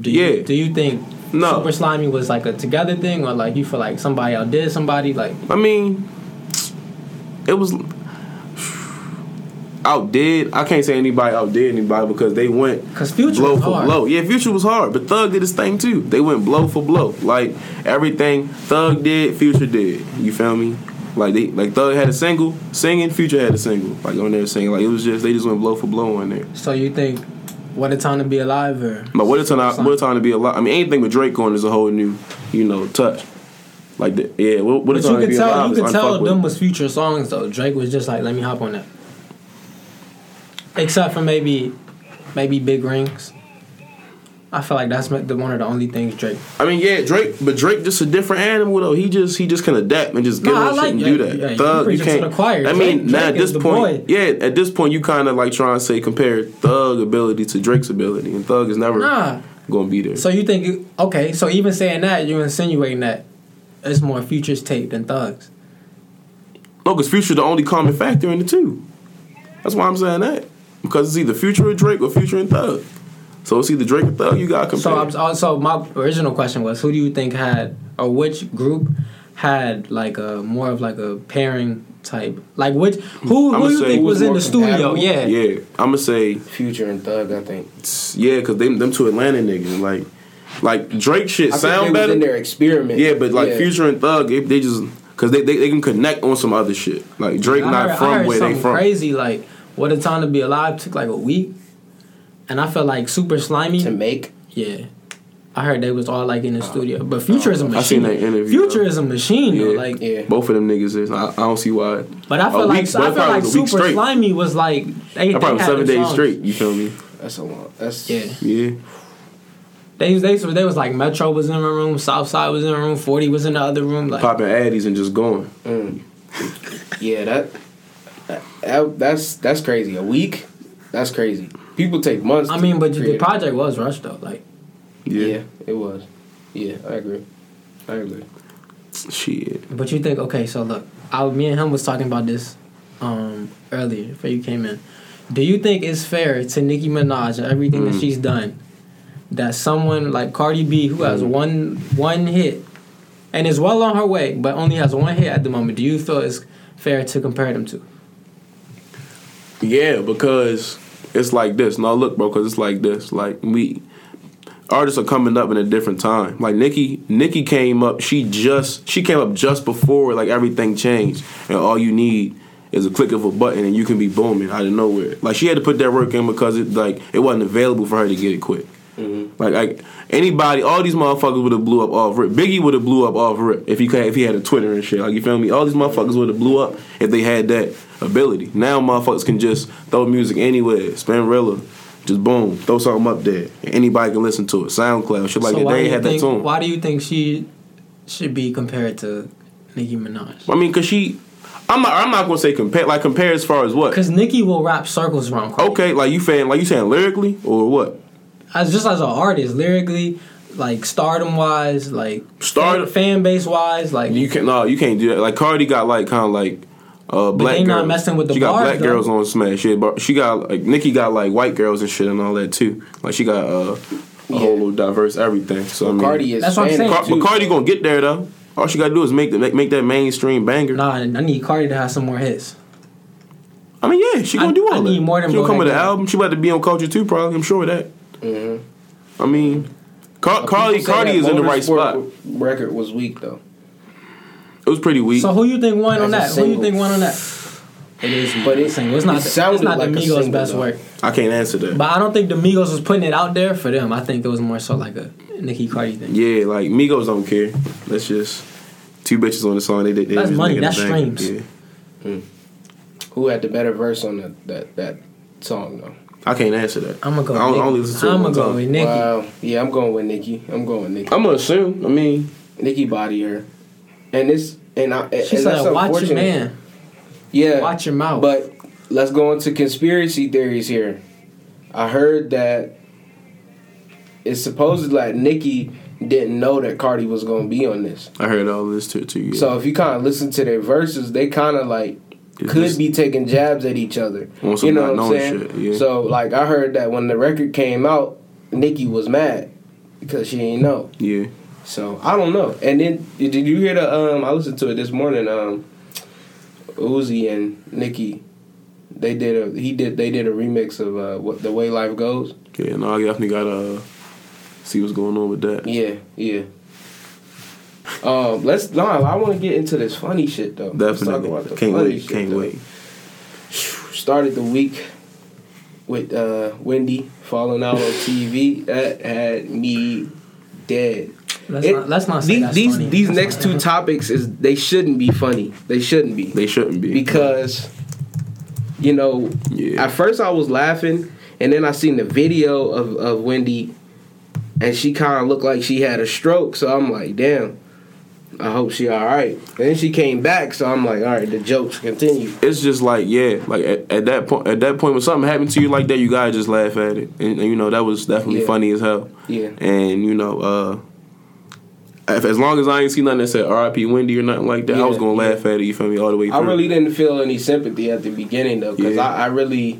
Speaker 3: Do you,
Speaker 2: Yeah.
Speaker 3: Do you think
Speaker 2: No.
Speaker 3: Super Slimy was like a together thing or like you feel like somebody outdid somebody like
Speaker 2: I mean, it was outdid. I can't say anybody outdid anybody because they went
Speaker 3: 'Cause Future
Speaker 2: blow
Speaker 3: was
Speaker 2: for
Speaker 3: hard.
Speaker 2: blow. Yeah, Future was hard, but Thug did his thing too. They went blow for blow. Like everything Thug did, Future did. You feel me? Like they like Thug had a single singing, Future had a single like on there singing. Like it was just they just went blow for blow on there.
Speaker 3: so you think what a time to be alive or
Speaker 2: But what a time! What a time to be alive! I mean, anything with Drake on is a whole new, you know, touch. Like the, yeah, what, what a
Speaker 3: But
Speaker 2: time
Speaker 3: you
Speaker 2: to be
Speaker 3: could tell
Speaker 2: alive!
Speaker 3: you
Speaker 2: is
Speaker 3: could tell
Speaker 2: unfuckwith.
Speaker 3: them was future songs though. Drake was just like, let me hop on that. except for maybe maybe big rings. I feel like that's the one of the only things Drake.
Speaker 2: I mean, yeah, Drake, but Drake just a different animal though. He just he just can adapt and just
Speaker 3: No,
Speaker 2: get
Speaker 3: I
Speaker 2: on
Speaker 3: like-
Speaker 2: shit and
Speaker 3: yeah,
Speaker 2: do that.
Speaker 3: yeah, you
Speaker 2: thug, you
Speaker 3: preaching to
Speaker 2: can't.
Speaker 3: the choir.
Speaker 2: I mean,
Speaker 3: Drake-
Speaker 2: now at
Speaker 3: Drake is
Speaker 2: this
Speaker 3: the
Speaker 2: point,
Speaker 3: boy.
Speaker 2: yeah, at this point, you kind of like trying to say compare thug ability to Drake's ability, and thug is never
Speaker 3: Nah.
Speaker 2: gonna be there.
Speaker 3: So you think you- okay? So even saying that, you're insinuating that it's more Future's tape than Thugs.
Speaker 2: No, because Future the only common factor in the two. That's why I'm saying that. Because it's either Future or Drake or Future and Thug. So it's either Drake or Thug you gotta compare.
Speaker 3: So I'm also my original question was, who do you think had or which group had like a more of like a pairing type? Like which who
Speaker 2: Hmm. I'ma
Speaker 3: who you
Speaker 2: say
Speaker 3: think
Speaker 2: who's
Speaker 3: was in
Speaker 2: more
Speaker 3: the studio?
Speaker 1: compatible.
Speaker 3: Yeah.
Speaker 2: yeah, I'ma say
Speaker 1: Future and Thug, I think.
Speaker 2: yeah, because them them two Atlanta niggas like like Drake shit
Speaker 1: I
Speaker 2: sound
Speaker 1: think they was
Speaker 2: better.
Speaker 1: in their experiment.
Speaker 2: Yeah, but like
Speaker 1: Yeah.
Speaker 2: Future and Thug, they, they just because they, they they can connect on some other shit. Like Drake
Speaker 3: I
Speaker 2: not
Speaker 3: heard- I
Speaker 2: from
Speaker 3: heard
Speaker 2: where they
Speaker 3: something
Speaker 2: from.
Speaker 3: Crazy like what a time to be alive took like a week, and I felt like super slimy.
Speaker 1: to make.
Speaker 3: Yeah. I heard they was all like in the studio, but Future is a machine.
Speaker 2: Oh. I seen that interview,
Speaker 3: Future
Speaker 2: though.
Speaker 3: is a machine, though.
Speaker 2: Yeah.
Speaker 3: Like,
Speaker 1: Yeah.
Speaker 2: Both of them niggas is. I, I don't see why.
Speaker 3: but I
Speaker 2: A
Speaker 3: feel like
Speaker 2: week-
Speaker 3: I
Speaker 2: both probably
Speaker 3: feel like
Speaker 2: was a week
Speaker 3: Super
Speaker 2: straight.
Speaker 3: Slimy was like they,
Speaker 2: I
Speaker 3: they
Speaker 2: probably
Speaker 3: had
Speaker 2: seven
Speaker 3: them
Speaker 2: days
Speaker 3: songs.
Speaker 2: straight. You feel me?
Speaker 1: That's a long. That's
Speaker 3: Yeah,
Speaker 2: Yeah.
Speaker 3: they they so they was like Metro was in the room, Southside was in the room, Forty was in the other room. Like,
Speaker 2: Popping Addies and just going.
Speaker 1: Yeah, that, that that's that's crazy. A week, that's crazy. People take months.
Speaker 3: I
Speaker 1: to
Speaker 3: mean, but the
Speaker 1: create it.
Speaker 3: project was rushed though. Like,
Speaker 2: Yeah.
Speaker 1: Yeah, it was. Yeah, I agree. I agree.
Speaker 2: Shit.
Speaker 3: But you think okay? So look, I, me and him was talking about this um, earlier before you came in. Do you think it's fair to Nicki Minaj and everything that she's done that someone like Cardi B, who has one one hit and is well on her way, but only has one hit at the moment? Do you feel it's fair to compare them to?
Speaker 2: Yeah, because it's like this. Now look, bro, because it's like this. Like we artists are coming up in a different time. Like Nikki, Nikki came up. She just she came up just before like everything changed, and all you need is a click of a button, and you can be booming out of nowhere. Like she had to put that work in because it like it wasn't available for her to get it quick. Like, like anybody, all these motherfuckers would have blew up off rip. Biggie would have blew up off rip if he could, if he had a Twitter and shit. Like you feel me? All these motherfuckers would have blew up if they had that ability. Now motherfuckers can just throw music anywhere, spin Rilla, just boom, throw something up there, and anybody can listen to it. SoundCloud, shit like
Speaker 3: so
Speaker 2: that.
Speaker 3: why
Speaker 2: They ain't
Speaker 3: do you
Speaker 2: had
Speaker 3: think
Speaker 2: that tune.
Speaker 3: why do you think she should be compared to Nicki Minaj?
Speaker 2: I mean, cause she, I'm not, I'm not gonna say compare. Like compare as far as what?
Speaker 3: Because Nicki will wrap circles around Cardi.
Speaker 2: Okay, like you fan, like you saying lyrically or what?
Speaker 3: as just as an artist, lyrically, like stardom wise, like
Speaker 2: Stardom-
Speaker 3: fan, fan base wise, like
Speaker 2: You can no, you can't do that. Like Cardi got like kind of like uh, black
Speaker 3: they not
Speaker 2: girls.
Speaker 3: messing with the
Speaker 2: she got
Speaker 3: bars,
Speaker 2: black
Speaker 3: though.
Speaker 2: girls on Smash. She, bar- she got like Nicki got like white girls and shit and all that too. Like she got uh, a whole little diverse everything. So I mean,
Speaker 1: Cardi is.
Speaker 3: That's what I'm
Speaker 1: fan
Speaker 3: saying.
Speaker 2: Car-
Speaker 1: too.
Speaker 2: but Cardi gonna get there though. All she gotta do is make the make, make that mainstream banger.
Speaker 3: nah, I need Cardi to have some more hits.
Speaker 2: I mean, yeah, she gonna
Speaker 3: I-
Speaker 2: do all
Speaker 3: I
Speaker 2: that.
Speaker 3: need more than
Speaker 2: she gonna come
Speaker 3: Bodak
Speaker 2: with an
Speaker 3: Yellow.
Speaker 2: album. She about to be on Culture too, probably. I'm sure of that. I mean, Car-
Speaker 1: Mm-hmm.
Speaker 2: Cardi
Speaker 1: People say
Speaker 2: Cardi
Speaker 1: that
Speaker 2: is in the right
Speaker 1: Motorsport
Speaker 2: spot.
Speaker 1: Record was weak though.
Speaker 2: It was pretty weak.
Speaker 3: So who you think won on that?
Speaker 1: As a
Speaker 3: Who you
Speaker 1: single.
Speaker 3: think won on that? It is,
Speaker 1: But it-
Speaker 3: single. It's not.
Speaker 1: it
Speaker 3: It's
Speaker 1: sounded
Speaker 3: not
Speaker 1: like a
Speaker 3: the Migos'
Speaker 1: single,
Speaker 3: best
Speaker 1: though.
Speaker 3: work.
Speaker 2: I can't answer that.
Speaker 3: But I don't think the Migos was putting it out there for them. I think it was more so like a Nicki Cardi thing.
Speaker 2: Yeah, like Migos don't care. That's just two bitches on the song. They, they, they
Speaker 3: That's
Speaker 2: just
Speaker 3: money,
Speaker 2: nigga the
Speaker 3: that's
Speaker 2: banger.
Speaker 3: streams.
Speaker 2: Yeah.
Speaker 1: Who had the better verse on the, that that song though?
Speaker 2: I can't answer that.
Speaker 3: I'm gonna go.
Speaker 2: I only, I only listen to
Speaker 3: I'm
Speaker 2: it
Speaker 3: gonna go
Speaker 2: one
Speaker 3: with
Speaker 2: time.
Speaker 3: Nicki.
Speaker 1: Wow. Yeah, I'm going with Nicki. I'm going with Nicki.
Speaker 2: I'm gonna assume. I mean,
Speaker 1: Nicki body her, and this and I.
Speaker 3: She
Speaker 1: and that's
Speaker 3: said, "Watch your
Speaker 1: unfortunate.
Speaker 3: man.
Speaker 1: Yeah.
Speaker 3: Watch your mouth."
Speaker 1: But let's go into conspiracy theories here. I heard that it's supposed like Nikki didn't know that Cardi was gonna be on this.
Speaker 2: I heard all this too. too yeah.
Speaker 1: So if you kind of listen to their verses, they kind of like
Speaker 2: It's
Speaker 1: could
Speaker 2: just-
Speaker 1: be taking jabs at each other.
Speaker 2: On some
Speaker 1: You know
Speaker 2: not
Speaker 1: what I'm
Speaker 2: knowing
Speaker 1: saying?
Speaker 2: shit, yeah.
Speaker 1: So like I heard that when the record came out, Nikki was mad because she ain't know.
Speaker 2: yeah,
Speaker 1: So I don't know. And then did you hear the um I listened to it this morning, um Uzi and Nicki they did a he did they did a remix of uh what the way life goes.
Speaker 2: yeah. No, I definitely gotta uh, see what's going on with that.
Speaker 1: Yeah, yeah. Um let's no, I wanna get into this funny shit though. Let's talk about
Speaker 2: Definitely.
Speaker 1: the
Speaker 2: Can't
Speaker 1: funny
Speaker 2: wait.
Speaker 1: shit,
Speaker 2: Can't
Speaker 1: though.
Speaker 2: wait.
Speaker 1: Started the week with uh Wendy falling out on TV. That had me dead.
Speaker 3: Let's
Speaker 1: It-
Speaker 3: not. Let's not say
Speaker 8: These
Speaker 3: that's
Speaker 8: these,
Speaker 3: funny.
Speaker 8: these
Speaker 3: That's
Speaker 8: next
Speaker 3: not-
Speaker 8: two topics is they shouldn't be funny. They shouldn't be
Speaker 2: They shouldn't be.
Speaker 8: because
Speaker 1: you know,
Speaker 2: Yeah.
Speaker 1: at first I was laughing, and then I seen the video of, of Wendy, and she kind of looked like she had a stroke. So I'm like, damn, I hope she all right. And then she came back, so I'm like, all right, the jokes continue.
Speaker 2: it's just like yeah, like at, at that point, at that point when something happened to you like that, you gotta just laugh at it, and, and, you know that was definitely
Speaker 1: Yeah.
Speaker 2: funny as hell.
Speaker 1: Yeah.
Speaker 2: And you know, uh, if, as long as I ain't see nothing that said R.I.P. Wendy or nothing like that, I was
Speaker 1: Yeah,
Speaker 2: gonna
Speaker 1: yeah.
Speaker 2: laugh at it. You feel me all the way
Speaker 1: I
Speaker 2: through.
Speaker 1: really didn't feel any sympathy at the beginning though, because
Speaker 2: Yeah.
Speaker 1: I, I really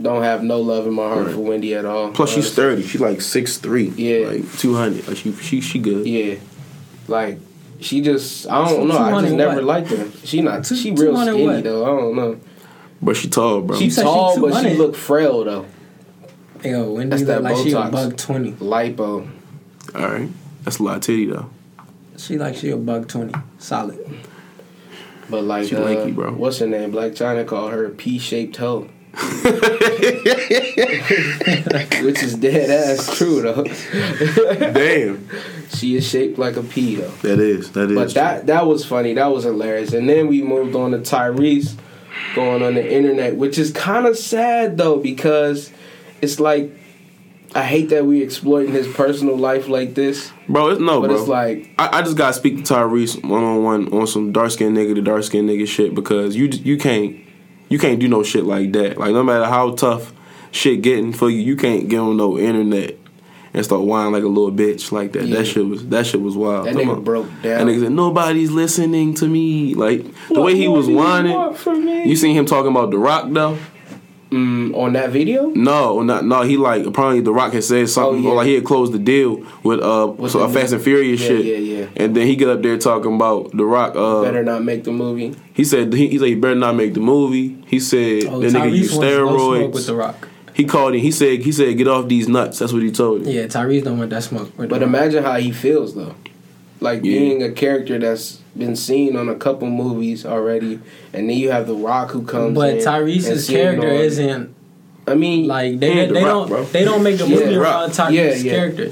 Speaker 1: don't have no love in my heart for Wendy at all.
Speaker 2: Plus, she's
Speaker 1: honestly.
Speaker 2: thirty. She like six three.
Speaker 1: Yeah.
Speaker 2: Like two hundred. Like she she she good.
Speaker 1: Yeah, like she just I don't know. I just
Speaker 3: 200
Speaker 1: never
Speaker 3: what?
Speaker 1: liked her. She not
Speaker 3: Two-
Speaker 1: she real
Speaker 3: 200
Speaker 1: skinny
Speaker 3: what?
Speaker 1: though. I don't know.
Speaker 2: But she tall, bro.
Speaker 1: She's
Speaker 3: said she
Speaker 1: tall, but she
Speaker 3: 200.
Speaker 1: look frail though.
Speaker 3: Yo, Wendy
Speaker 1: That's
Speaker 3: look
Speaker 1: that
Speaker 3: like she a
Speaker 1: Botox.
Speaker 3: buck twenty.
Speaker 1: Lipo.
Speaker 2: all right. That's a lot of titty though.
Speaker 3: She like she a buck twenty, solid.
Speaker 1: But like,
Speaker 2: She
Speaker 1: uh,
Speaker 2: lanky, bro.
Speaker 1: what's her name? Black China called her a P-shaped
Speaker 2: (laughs)
Speaker 1: hoe, which is dead ass true though.
Speaker 2: Damn.
Speaker 1: she is shaped like a P though.
Speaker 2: That is that is.
Speaker 1: But that that was funny. That was hilarious. And then we moved on to Tyrese going on the internet, which is kind of sad though because it's like I hate that we exploiting his personal life like this.
Speaker 2: bro. It's no,
Speaker 1: But
Speaker 2: Oh, bro.
Speaker 1: it's like
Speaker 2: I, I just gotta speak to Tyrese one on one on some dark skinned nigga to dark skinned nigga shit because you you can't you can't do no shit like that. Like no matter how tough shit getting for you, you can't get on no internet and start whining like a little bitch like that.
Speaker 1: Yeah.
Speaker 2: That shit was that shit was wild.
Speaker 1: that
Speaker 2: Come
Speaker 1: nigga
Speaker 2: on.
Speaker 1: broke
Speaker 2: That
Speaker 1: down.
Speaker 2: nigga said nobody's listening to me. Like the
Speaker 1: What
Speaker 2: way he
Speaker 1: more
Speaker 2: was
Speaker 1: do you
Speaker 2: whining.
Speaker 1: want from me?
Speaker 2: You seen him talking about the Rock though?
Speaker 1: Mm, on that video?
Speaker 2: No, not no. He like apparently The Rock had said something,
Speaker 1: Oh, yeah.
Speaker 2: or like he had closed the deal with uh
Speaker 1: With
Speaker 2: so
Speaker 1: the
Speaker 2: a Fast
Speaker 1: new-
Speaker 2: and Furious
Speaker 1: yeah,
Speaker 2: shit.
Speaker 1: yeah, yeah.
Speaker 2: And then he get up there talking about The Rock. Uh,
Speaker 1: Better not make the movie.
Speaker 2: he said he, he said he better not make the movie. He said
Speaker 3: Oh,
Speaker 2: that nigga
Speaker 3: Tyrese
Speaker 2: use
Speaker 3: wants no smoke with
Speaker 2: steroids.
Speaker 3: the rock.
Speaker 2: he called him. He said he said get off these nuts. That's what he told him.
Speaker 3: Yeah, Tyrese don't want that smoke. With
Speaker 1: But
Speaker 3: the Rock.
Speaker 1: imagine how he feels though. Like
Speaker 2: Yeah.
Speaker 1: being a character that's been seen on a couple movies already, and then you have The Rock who comes.
Speaker 3: but
Speaker 1: in and
Speaker 3: Tyrese's
Speaker 1: seen
Speaker 3: character
Speaker 1: on-
Speaker 3: isn't
Speaker 1: I mean,
Speaker 3: like they
Speaker 2: Yeah, The
Speaker 3: they
Speaker 2: Rock,
Speaker 3: don't
Speaker 2: bro.
Speaker 3: they don't make the
Speaker 1: Yeah,
Speaker 3: movie
Speaker 1: The
Speaker 3: around
Speaker 1: Rock.
Speaker 3: Tyrese's
Speaker 1: Yeah, yeah.
Speaker 3: character.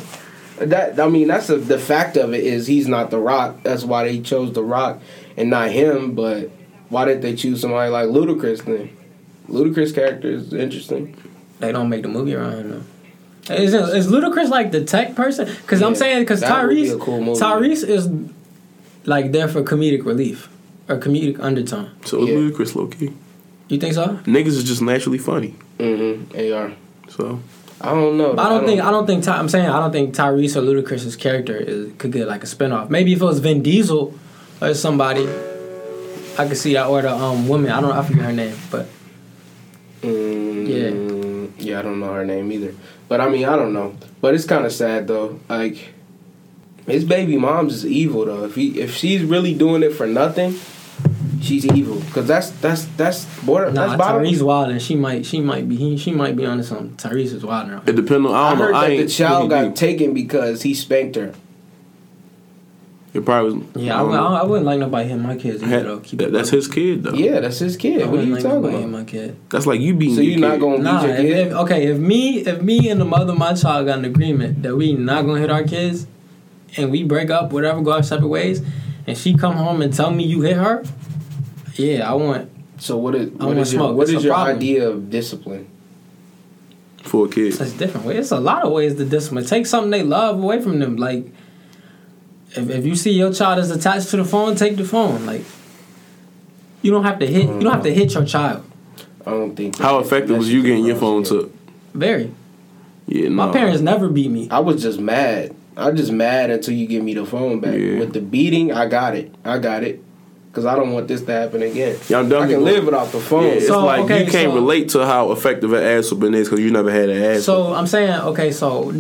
Speaker 1: That I mean, that's the the fact of it is he's not the Rock. That's why they chose the Rock and not him. But why did they choose somebody like Ludacris then? Ludacris character is interesting.
Speaker 3: They don't make the movie around him. Though. Is, is Ludacris like the tech person? Because I'm
Speaker 1: Yeah,
Speaker 3: saying because
Speaker 1: that would be
Speaker 3: Tyrese
Speaker 1: a cool movie.
Speaker 3: Tyrese is like there for comedic relief or comedic undertone.
Speaker 2: So it's
Speaker 1: Yeah.
Speaker 2: ludicrous, low key.
Speaker 3: You think so?
Speaker 2: Niggas is just naturally funny.
Speaker 1: Mm-hmm. Ar.
Speaker 2: So
Speaker 1: I don't know.
Speaker 3: But I don't think I don't think Ty, I'm saying I don't think Tyrese or Ludacris's character is, could get like a spinoff. Maybe if it was Vin Diesel or somebody, I could see that or the um woman. I don't I forget her name, but
Speaker 1: Mm, yeah. Yeah, I don't know her name either. But I mean, I don't know. But it's kind of sad though. Like his baby mom's is evil though. If he if she's really doing it for nothing, she's evil. Cause that's that's that's border.
Speaker 3: nah,
Speaker 1: that's bottom.
Speaker 3: Tyrese wild and she might she might be he, she might be onto something. Tyrese is wild now.
Speaker 2: it depends on. I
Speaker 1: I
Speaker 2: don't
Speaker 1: heard
Speaker 2: know. I
Speaker 1: that
Speaker 2: ain't.
Speaker 1: the child
Speaker 2: really
Speaker 1: got taken because he spanked her.
Speaker 2: do. it probably was.
Speaker 3: Yeah, I,
Speaker 2: don't
Speaker 3: would,
Speaker 2: know.
Speaker 3: I wouldn't like nobody hit my kids either
Speaker 2: Had-
Speaker 3: though. Keep
Speaker 2: that-
Speaker 3: it
Speaker 2: that's
Speaker 3: real.
Speaker 2: his kid though.
Speaker 1: Yeah, that's his kid. What
Speaker 3: I
Speaker 1: are
Speaker 3: wouldn't
Speaker 1: you
Speaker 3: like nobody hit
Speaker 1: talking about?
Speaker 3: my kid.
Speaker 2: That's like you beating.
Speaker 1: So
Speaker 2: your
Speaker 1: you're not
Speaker 2: kid.
Speaker 1: gonna
Speaker 3: Nah,
Speaker 1: beat your
Speaker 3: if, if,
Speaker 1: kid?
Speaker 3: okay, if me if me and the mother of my child got an agreement that we not gonna hit our kids, and we break up, whatever, go our separate ways, and she come home and tell me you hit her, yeah, I want
Speaker 1: So what is what
Speaker 3: wanna
Speaker 1: is your
Speaker 3: smoke.
Speaker 1: what
Speaker 3: It's
Speaker 1: is
Speaker 3: a
Speaker 1: your
Speaker 3: problem.
Speaker 1: idea of discipline?
Speaker 2: for a kid.
Speaker 3: it's different way. It's a lot of ways to discipline. Take something they love away from them. Like if if you see your child is attached to the phone, take the phone. Like you don't have to hit. You don't have to hit your child.
Speaker 1: I don't think. that-
Speaker 2: How effective
Speaker 1: that
Speaker 2: was
Speaker 1: shit
Speaker 2: you getting your phone
Speaker 1: goes, yeah.
Speaker 2: took?
Speaker 3: Very.
Speaker 2: Yeah,
Speaker 3: My
Speaker 2: nah.
Speaker 3: parents never beat me.
Speaker 1: I was just mad. I just mad until you give me the phone back.
Speaker 2: Yeah.
Speaker 1: With the beating, I got it. I got it. Cause I don't want this to happen again.
Speaker 2: Yeah, I'm
Speaker 1: I
Speaker 2: definitely
Speaker 1: can
Speaker 2: gonna-
Speaker 1: live without the
Speaker 2: Yeah,
Speaker 1: phone.
Speaker 2: it's
Speaker 3: So,
Speaker 2: like
Speaker 3: okay,
Speaker 2: you can't
Speaker 3: so-
Speaker 2: relate to how effective an ass whooping is because you never had an ass.
Speaker 3: So I'm saying, okay, so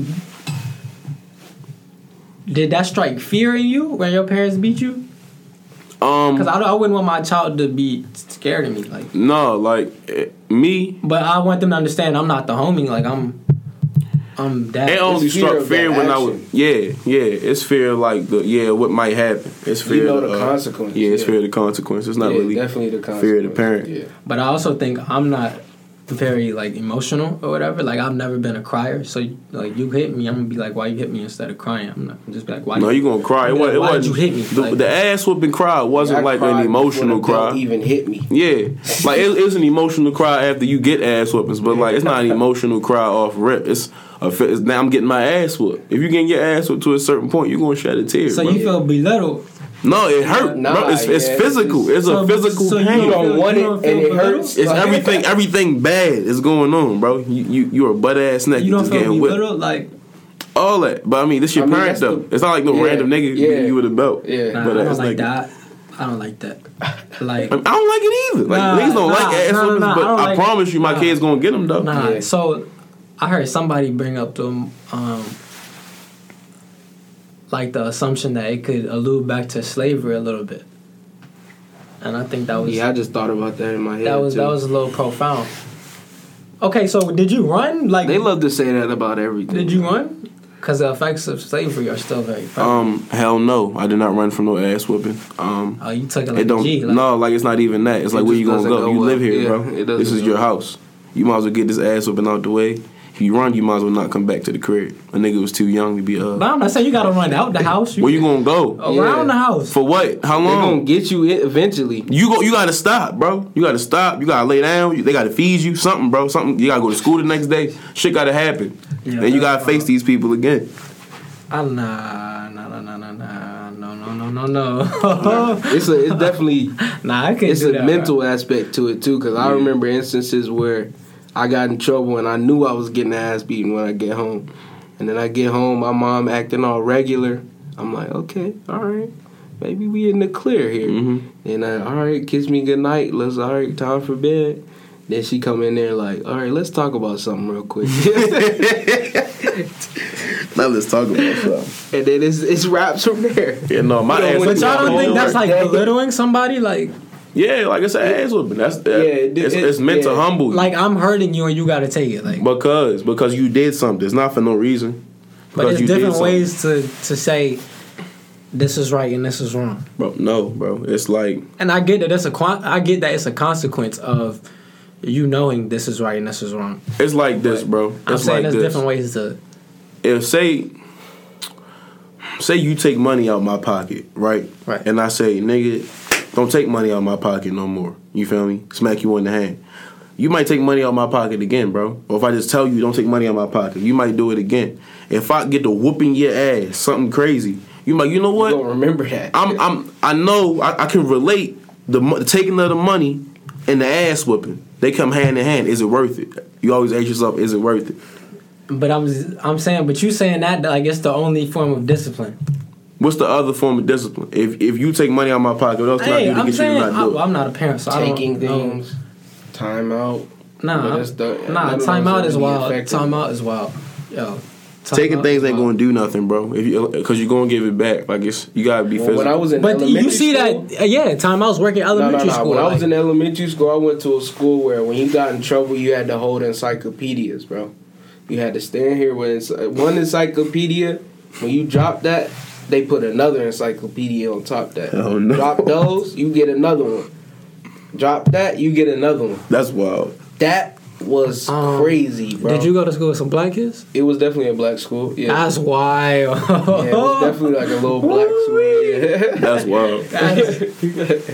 Speaker 3: did that strike fear in you when your parents beat you?
Speaker 2: whooping. um,
Speaker 3: Because I, don't- I wouldn't want my child to be scared of me, like.
Speaker 2: No, like eh, me,
Speaker 3: But I want them to understand I'm not the homie, like I'm, I'm dad.
Speaker 2: it only
Speaker 1: It's fear
Speaker 2: struck
Speaker 1: of
Speaker 2: fear
Speaker 1: that
Speaker 2: when I
Speaker 1: action.
Speaker 2: was yeah, yeah. It's fear of, like the yeah, what might happen. It's fear.
Speaker 1: know
Speaker 2: of
Speaker 1: the
Speaker 2: uh,
Speaker 1: consequence,
Speaker 2: Yeah, it's
Speaker 1: yeah.
Speaker 2: fear of the consequence. It's not
Speaker 1: Yeah,
Speaker 2: really
Speaker 1: definitely the
Speaker 2: fear of the
Speaker 1: consequence.
Speaker 2: parent.
Speaker 1: Yeah.
Speaker 3: But I also think I'm not very like emotional or whatever. Like I've never been a crier, so like you hit me, I'm gonna be like, why you hit me instead of crying? I'm not I'm just be like, why?
Speaker 2: No, you gonna cry. It
Speaker 3: Yeah,
Speaker 2: was. It
Speaker 3: why'd
Speaker 2: wasn't.
Speaker 3: you hit me?
Speaker 2: The,
Speaker 3: Like-
Speaker 2: the ass whooping cry wasn't
Speaker 4: I
Speaker 2: like
Speaker 4: cried
Speaker 2: an emotional
Speaker 4: before the belt
Speaker 2: cry.
Speaker 4: Even hit me.
Speaker 2: Yeah, like it, it's an emotional cry after you get ass whoopings, but like it's not an emotional cry off rip. It's a fe- it's, now I'm getting my ass whooped. If you getting your ass whooped to a certain point, you're gonna shed a tear.
Speaker 3: so
Speaker 2: bro.
Speaker 3: you feel belittled.
Speaker 2: no, it hurt,
Speaker 4: Nah,
Speaker 2: bro. It's, it's
Speaker 4: yeah,
Speaker 2: feel-
Speaker 4: it's-
Speaker 2: it's a
Speaker 3: so-
Speaker 2: physical
Speaker 3: so you
Speaker 2: pain.
Speaker 4: You don't
Speaker 3: You
Speaker 4: want
Speaker 3: don't
Speaker 4: it,
Speaker 3: feel
Speaker 4: and it
Speaker 3: belittled?
Speaker 4: hurts.
Speaker 2: It's
Speaker 4: Like-
Speaker 2: everything. Everything bad is going on, bro. You you you're a butt ass neck.
Speaker 3: You
Speaker 2: You
Speaker 3: don't
Speaker 2: just
Speaker 3: feel
Speaker 2: getting whipped.
Speaker 3: belittled. Like
Speaker 2: All that, but I mean, this your
Speaker 4: I mean,
Speaker 2: parent
Speaker 4: that's
Speaker 2: though.
Speaker 4: the-
Speaker 2: it's not like no
Speaker 4: Yeah,
Speaker 2: random nigga
Speaker 4: yeah.
Speaker 2: beating you with a belt.
Speaker 4: Yeah.
Speaker 3: nah, I
Speaker 2: Butt
Speaker 3: don't
Speaker 2: ass
Speaker 3: like
Speaker 2: nigga.
Speaker 3: that. I don't like that.
Speaker 2: (laughs)
Speaker 3: Like
Speaker 2: I mean, I don't like it either. Like
Speaker 3: Nah,
Speaker 2: niggas don't
Speaker 3: nah,
Speaker 2: like ass
Speaker 3: nah, nah,
Speaker 2: whoopings,
Speaker 3: nah,
Speaker 2: but
Speaker 3: I don't
Speaker 2: I,
Speaker 3: like-
Speaker 2: promise you, my
Speaker 3: nah.
Speaker 2: kids gonna get them though.
Speaker 3: Nah,
Speaker 4: Yeah.
Speaker 3: so I heard somebody bring up the um, like the assumption that it could allude back to slavery a little bit, and I think that was
Speaker 1: Yeah, I just thought about that in my head.
Speaker 3: that was
Speaker 1: too.
Speaker 3: that was a little profound. Okay, so did you run? Like,
Speaker 1: They love to say that about everything.
Speaker 3: did you run? Because the effects of slavery are still very present.
Speaker 2: Um, hell no, I did not run from no ass whooping. Um,
Speaker 3: oh, you took it like
Speaker 2: it don't.
Speaker 3: a G. Like,
Speaker 2: no, like it's not even that. It's like where
Speaker 1: just
Speaker 2: you gonna
Speaker 1: doesn't
Speaker 2: go?
Speaker 1: go
Speaker 2: you
Speaker 1: well.
Speaker 2: live here,
Speaker 1: Yeah, it
Speaker 2: bro.
Speaker 1: doesn't
Speaker 2: This is
Speaker 1: go
Speaker 2: your
Speaker 1: well.
Speaker 2: house. You might as well get this ass whooping out the way. If you run, you might as well not come back to the crib. A nigga was too young to be
Speaker 3: But
Speaker 2: uh.
Speaker 3: I'm not saying you gotta run out the house.
Speaker 2: Where you gonna go?
Speaker 3: around the house?
Speaker 2: For what? How
Speaker 1: They're
Speaker 2: long?
Speaker 1: gonna get you it eventually.
Speaker 2: You go. You gotta stop, bro. You gotta stop. You gotta lay down. You, they gotta feed you something, bro. Something. You gotta go to school the next day. Shit gotta happen.
Speaker 3: Yeah,
Speaker 2: and you gotta
Speaker 3: that's
Speaker 2: face
Speaker 3: wild.
Speaker 2: these people again.
Speaker 3: I, nah, nah, nah, nah, nah, nah, no, no, no, no, no. (laughs)
Speaker 1: It's a, it's definitely
Speaker 3: nah, I (laughs) can't.
Speaker 1: it's
Speaker 3: do
Speaker 1: a
Speaker 3: that,
Speaker 1: mental aspect to it too. Because I remember instances where I got in trouble and I knew I was getting ass beaten when I get home, and then I get home, my mom acting all regular. I'm like, okay, all right, maybe we in the clear here.
Speaker 3: Mm-hmm.
Speaker 1: And I, all right, kiss me good night. Let's all right, time for bed. Then she come in there like, all right, let's talk about something real quick. (laughs)
Speaker 2: Now let's talk about something.
Speaker 1: and then it's it's wraps from there. (laughs)
Speaker 2: Yeah, no, my ass.
Speaker 3: But
Speaker 2: whooping
Speaker 3: y'all don't
Speaker 2: happened
Speaker 3: think
Speaker 2: at
Speaker 3: that's
Speaker 2: work.
Speaker 3: like belittling somebody? Like,
Speaker 2: Yeah, like it's an ass whooping. That's that,
Speaker 1: Yeah, it-
Speaker 2: it's,
Speaker 1: it-
Speaker 2: it's meant to
Speaker 1: yeah.
Speaker 2: humble you
Speaker 3: like I'm hurting you and you gotta take it. Like, but,
Speaker 2: because because you did something. It's not for no reason.
Speaker 3: there's
Speaker 2: you did
Speaker 3: different
Speaker 2: something.
Speaker 3: ways to to say this is right and this is wrong.
Speaker 2: bro. No, bro. It's like
Speaker 3: And I get that it's a con- I get that it's a consequence of you knowing this is right and this is wrong.
Speaker 2: it's like this, bro. It's
Speaker 3: I'm saying
Speaker 2: like
Speaker 3: there's
Speaker 2: this.
Speaker 3: different ways to.
Speaker 2: if say say you take money out my pocket, right?
Speaker 3: Right.
Speaker 2: And I say, nigga, don't take money out my pocket no more. You feel me? Smack you in the hand. You might take money out my pocket again, bro. Or if I just tell you don't take money out my pocket, you might do it again. If I get to whooping your ass, something crazy, you might, you know what?
Speaker 1: Don't remember that.
Speaker 2: I'm I'm I know I, I can relate the, mo- the taking of the money and the ass whooping. They come hand in hand. Is it worth it? You always ask yourself, is it worth it?
Speaker 3: But I'm I'm saying, but you saying that like it's the only form of discipline.
Speaker 2: What's the other form of discipline? If if you take money out of my pocket, what else can I
Speaker 3: Hey,
Speaker 2: do to
Speaker 3: I'm
Speaker 2: get
Speaker 3: saying
Speaker 2: you to
Speaker 3: I,
Speaker 2: not do
Speaker 3: well,
Speaker 2: it?
Speaker 3: I'm not a parent, so
Speaker 4: Taking
Speaker 3: I don't know.
Speaker 4: things, time out. But
Speaker 3: Nah,
Speaker 4: that's the-
Speaker 3: nah,
Speaker 4: none of
Speaker 3: time
Speaker 4: those
Speaker 3: out
Speaker 4: are
Speaker 3: is
Speaker 4: really
Speaker 3: wild.
Speaker 4: effective.
Speaker 3: Time out is wild. Yo, time
Speaker 2: Taking
Speaker 3: out
Speaker 2: things
Speaker 3: is
Speaker 2: ain't
Speaker 3: wild.
Speaker 2: going to do nothing, bro. If you because you're going to give it back. Like it's you got to be
Speaker 4: Well,
Speaker 2: physical.
Speaker 4: when I was in
Speaker 3: But
Speaker 4: elementary
Speaker 3: you see
Speaker 4: school,
Speaker 3: that, uh, yeah, time I was working
Speaker 4: No, no,
Speaker 3: elementary
Speaker 4: no.
Speaker 3: school.
Speaker 4: When I
Speaker 3: like-
Speaker 4: was in elementary school, I went to a school where when you got in trouble, you had to hold encyclopedias, bro. You had to stand here with ency- one encyclopedia. When you drop that, they put another encyclopedia on top of that.
Speaker 2: Hell Oh, no.
Speaker 4: Drop those, you get another one. Drop that, you get another one.
Speaker 2: That's wild.
Speaker 4: That was
Speaker 3: Um,
Speaker 4: crazy, bro.
Speaker 3: Did you go to school with some black kids?
Speaker 4: It was definitely a black school. Yeah,
Speaker 3: That's wild.
Speaker 4: yeah it was definitely like a little black school. Yeah.
Speaker 2: That's wild.
Speaker 3: That's-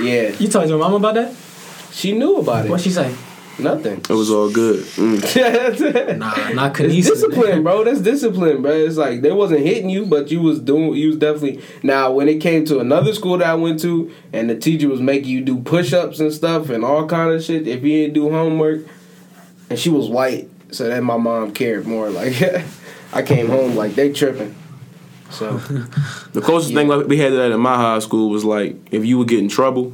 Speaker 4: yeah,
Speaker 3: (laughs) you told your mom about that?
Speaker 4: she knew about it.
Speaker 3: What'd she say?
Speaker 4: Nothing.
Speaker 2: It was all good. Mm.
Speaker 3: Nah, not
Speaker 4: It's
Speaker 3: kinesis.
Speaker 4: discipline, bro. That's discipline, bro. It's like they wasn't hitting you, but you was doing. You was definitely. Now, when it came to another school that I went to, and the teacher was making you do push ups and stuff and all kind of shit if you didn't do homework, and she was white, so that my mom cared more. Like, (laughs) I came home like they tripping. So
Speaker 2: The closest thing like we had to that in my high school was like if you would get in trouble,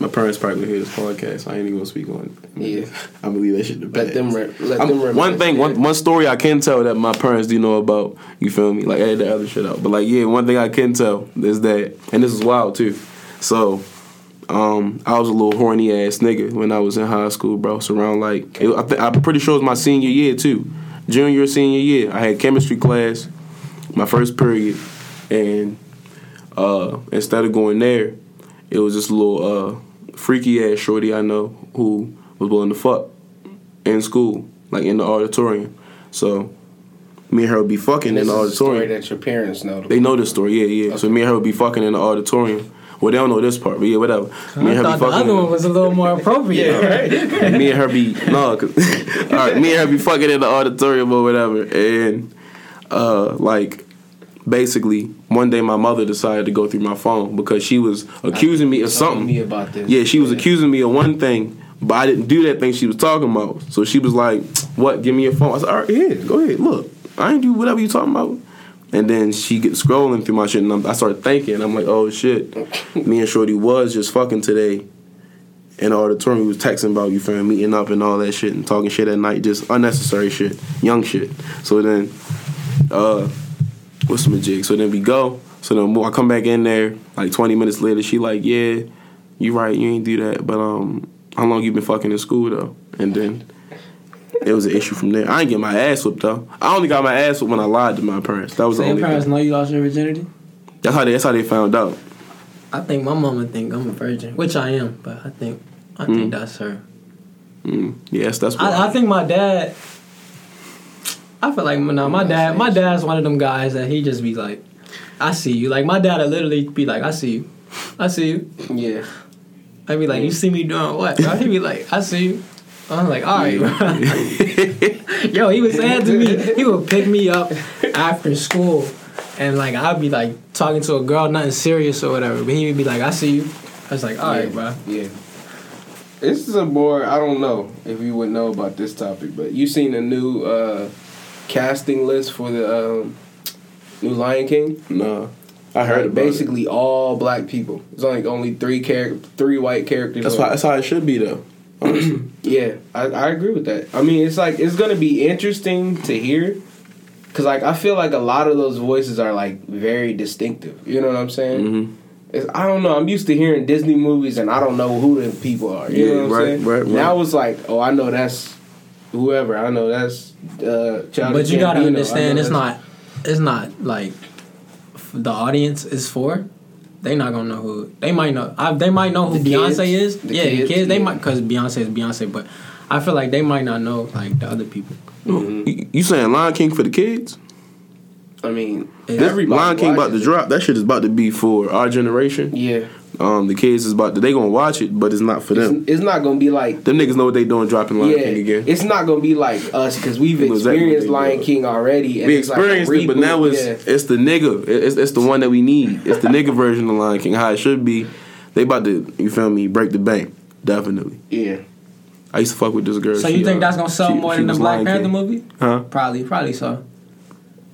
Speaker 2: My parents probably hear this podcast. I ain't even gonna speak on it.
Speaker 4: Yeah.
Speaker 2: I believe that shit. the
Speaker 4: let
Speaker 2: best.
Speaker 4: them re- let
Speaker 2: I'm-
Speaker 4: them remember.
Speaker 2: one thing, one, one story I can tell that my parents do know about. You feel me? Like edit the other shit out, but like yeah, one thing I can tell is that, and this is wild too. So, um, I was a little horny ass nigga when I was in high school, bro. So around like it, I th- I'm pretty sure it was my senior year too, junior senior year. I had chemistry class, my first period, and Uh, instead of going there, it was this little uh, freaky ass shorty I know who was willing to fuck in school, like in the auditorium. So me and her would be fucking
Speaker 1: This
Speaker 2: in the
Speaker 1: is a story
Speaker 2: auditorium.
Speaker 1: that your parents know.
Speaker 2: They know this story, yeah, yeah. So me and her would be fucking in the auditorium. Well, they don't know this part, but yeah, whatever. Me
Speaker 3: I
Speaker 2: and her
Speaker 3: thought
Speaker 2: be fucking.
Speaker 3: the other
Speaker 2: in-
Speaker 3: one was a little more appropriate.
Speaker 2: me and her be no, 'cause- (laughs) all right. Me and her be fucking in the auditorium or whatever, and uh, like basically one day my mother decided to go through my phone because she was accusing me of something.
Speaker 1: me about this.
Speaker 2: Yeah, she was accusing me of one thing, but I didn't do that thing she was talking about. So she was like, "What? Give me your phone." I said, "All right, here, go ahead. Look, I ain't do whatever you talking about." And then she gets scrolling through my shit, and I'm, I started thinking. I'm like, "Oh shit, me and Shorty was just fucking today." In the auditorium, we was texting about you, fam, meeting up and all that shit, and talking shit at night, just unnecessary shit, young shit. So then, uh, what's my jig? So then we go. So then I come back in there like 20 minutes later. She like, yeah, you right, you ain't do that. But um, how long you been fucking in school though? And then it was an issue from there. I ain't get my ass whooped though. I only got my ass whooped when I lied to my parents. That was
Speaker 3: So
Speaker 2: the
Speaker 3: your
Speaker 2: only.
Speaker 3: parents
Speaker 2: Thing.
Speaker 3: know you lost your virginity?
Speaker 2: That's how they. That's how they found out.
Speaker 3: I think my mama think I'm a virgin, which I am, but I think I think that's her.
Speaker 2: Mm. Yes, that's. why. (laughs)
Speaker 3: I, I think my dad. I feel like nah, my dad. My dad's one of them guys that he just be like, "I see you." Like my dad would literally be like, "I see you, I see you."
Speaker 1: Yeah.
Speaker 3: I'd be like, "You see me doing what?" Bro? He'd be like, "I see you." I'm like, "All right." Bro. (laughs) Yo, he was saying to me, he would pick me up after school, and like I'd be like talking to a girl, nothing serious or whatever, but he would be like, "I see you." I was like, "All right,
Speaker 1: yeah.
Speaker 3: bro."
Speaker 1: Yeah. This is a more I don't know if you would know about this topic, but you seen the new uh, casting list for the um, new Lion King?
Speaker 2: no, I heard about basically.
Speaker 1: basically all black people. It's only only three character, three white characters.
Speaker 2: That's
Speaker 1: on
Speaker 2: why. That's how it should be though.
Speaker 1: Yeah, I, I agree with that. I mean, it's like it's gonna be interesting to hear, cause like I feel like a lot of those voices are like very distinctive. You know what I'm saying?
Speaker 2: Mhm.
Speaker 1: It's, I don't know. I'm used to hearing Disney movies, and I don't know who the people are. You
Speaker 2: Yeah,
Speaker 1: know what
Speaker 2: right,
Speaker 1: I'm saying?
Speaker 2: right, right.
Speaker 1: Now it's like, oh, I know that's whoever. I know that's uh, Childish
Speaker 3: But you
Speaker 1: Gambino. I
Speaker 3: gotta
Speaker 1: know
Speaker 3: understand, it's
Speaker 1: that's-
Speaker 3: not, it's not like f- the audience is for. They not gonna know who. They might know. I, they might know who
Speaker 1: The
Speaker 3: Beyonce
Speaker 1: kids.
Speaker 3: is.
Speaker 1: The
Speaker 3: yeah, the
Speaker 1: kids,
Speaker 3: kids. They
Speaker 1: yeah.
Speaker 3: might because Beyonce is Beyonce, but I feel like they might not know like the other people.
Speaker 2: You, you saying Lion King for the kids?
Speaker 1: I mean,
Speaker 3: Yeah.
Speaker 2: This Lion King about to
Speaker 1: watches it.
Speaker 2: drop. That shit is about to be for our generation.
Speaker 1: Yeah,
Speaker 2: Um, the kids is about to, they gonna watch it, but it's not for them.
Speaker 1: it's, it's not gonna be like
Speaker 2: Them niggas know what they doing dropping Lion King again.
Speaker 1: It's not gonna be like us because we've
Speaker 2: It was that
Speaker 1: experienced
Speaker 2: movie,
Speaker 1: Lion
Speaker 2: yeah.
Speaker 1: King already. And
Speaker 2: we
Speaker 1: it's like a
Speaker 2: experienced it, but
Speaker 1: reboot,
Speaker 2: now it's
Speaker 1: yeah.
Speaker 2: it's the nigga. It- It's, it's the one that we need. It's the nigga version of Lion King. How it should be. They about to you feel me break the bank. Definitely.
Speaker 1: yeah.
Speaker 2: I used to fuck with this girl.
Speaker 3: So
Speaker 2: She,
Speaker 3: you think
Speaker 2: uh,
Speaker 3: that's gonna sell
Speaker 2: she-
Speaker 3: more
Speaker 2: she
Speaker 3: than the
Speaker 2: was
Speaker 3: Black
Speaker 2: Lion
Speaker 3: Panther
Speaker 2: King.
Speaker 3: movie?
Speaker 2: Huh?
Speaker 3: Probably, probably so.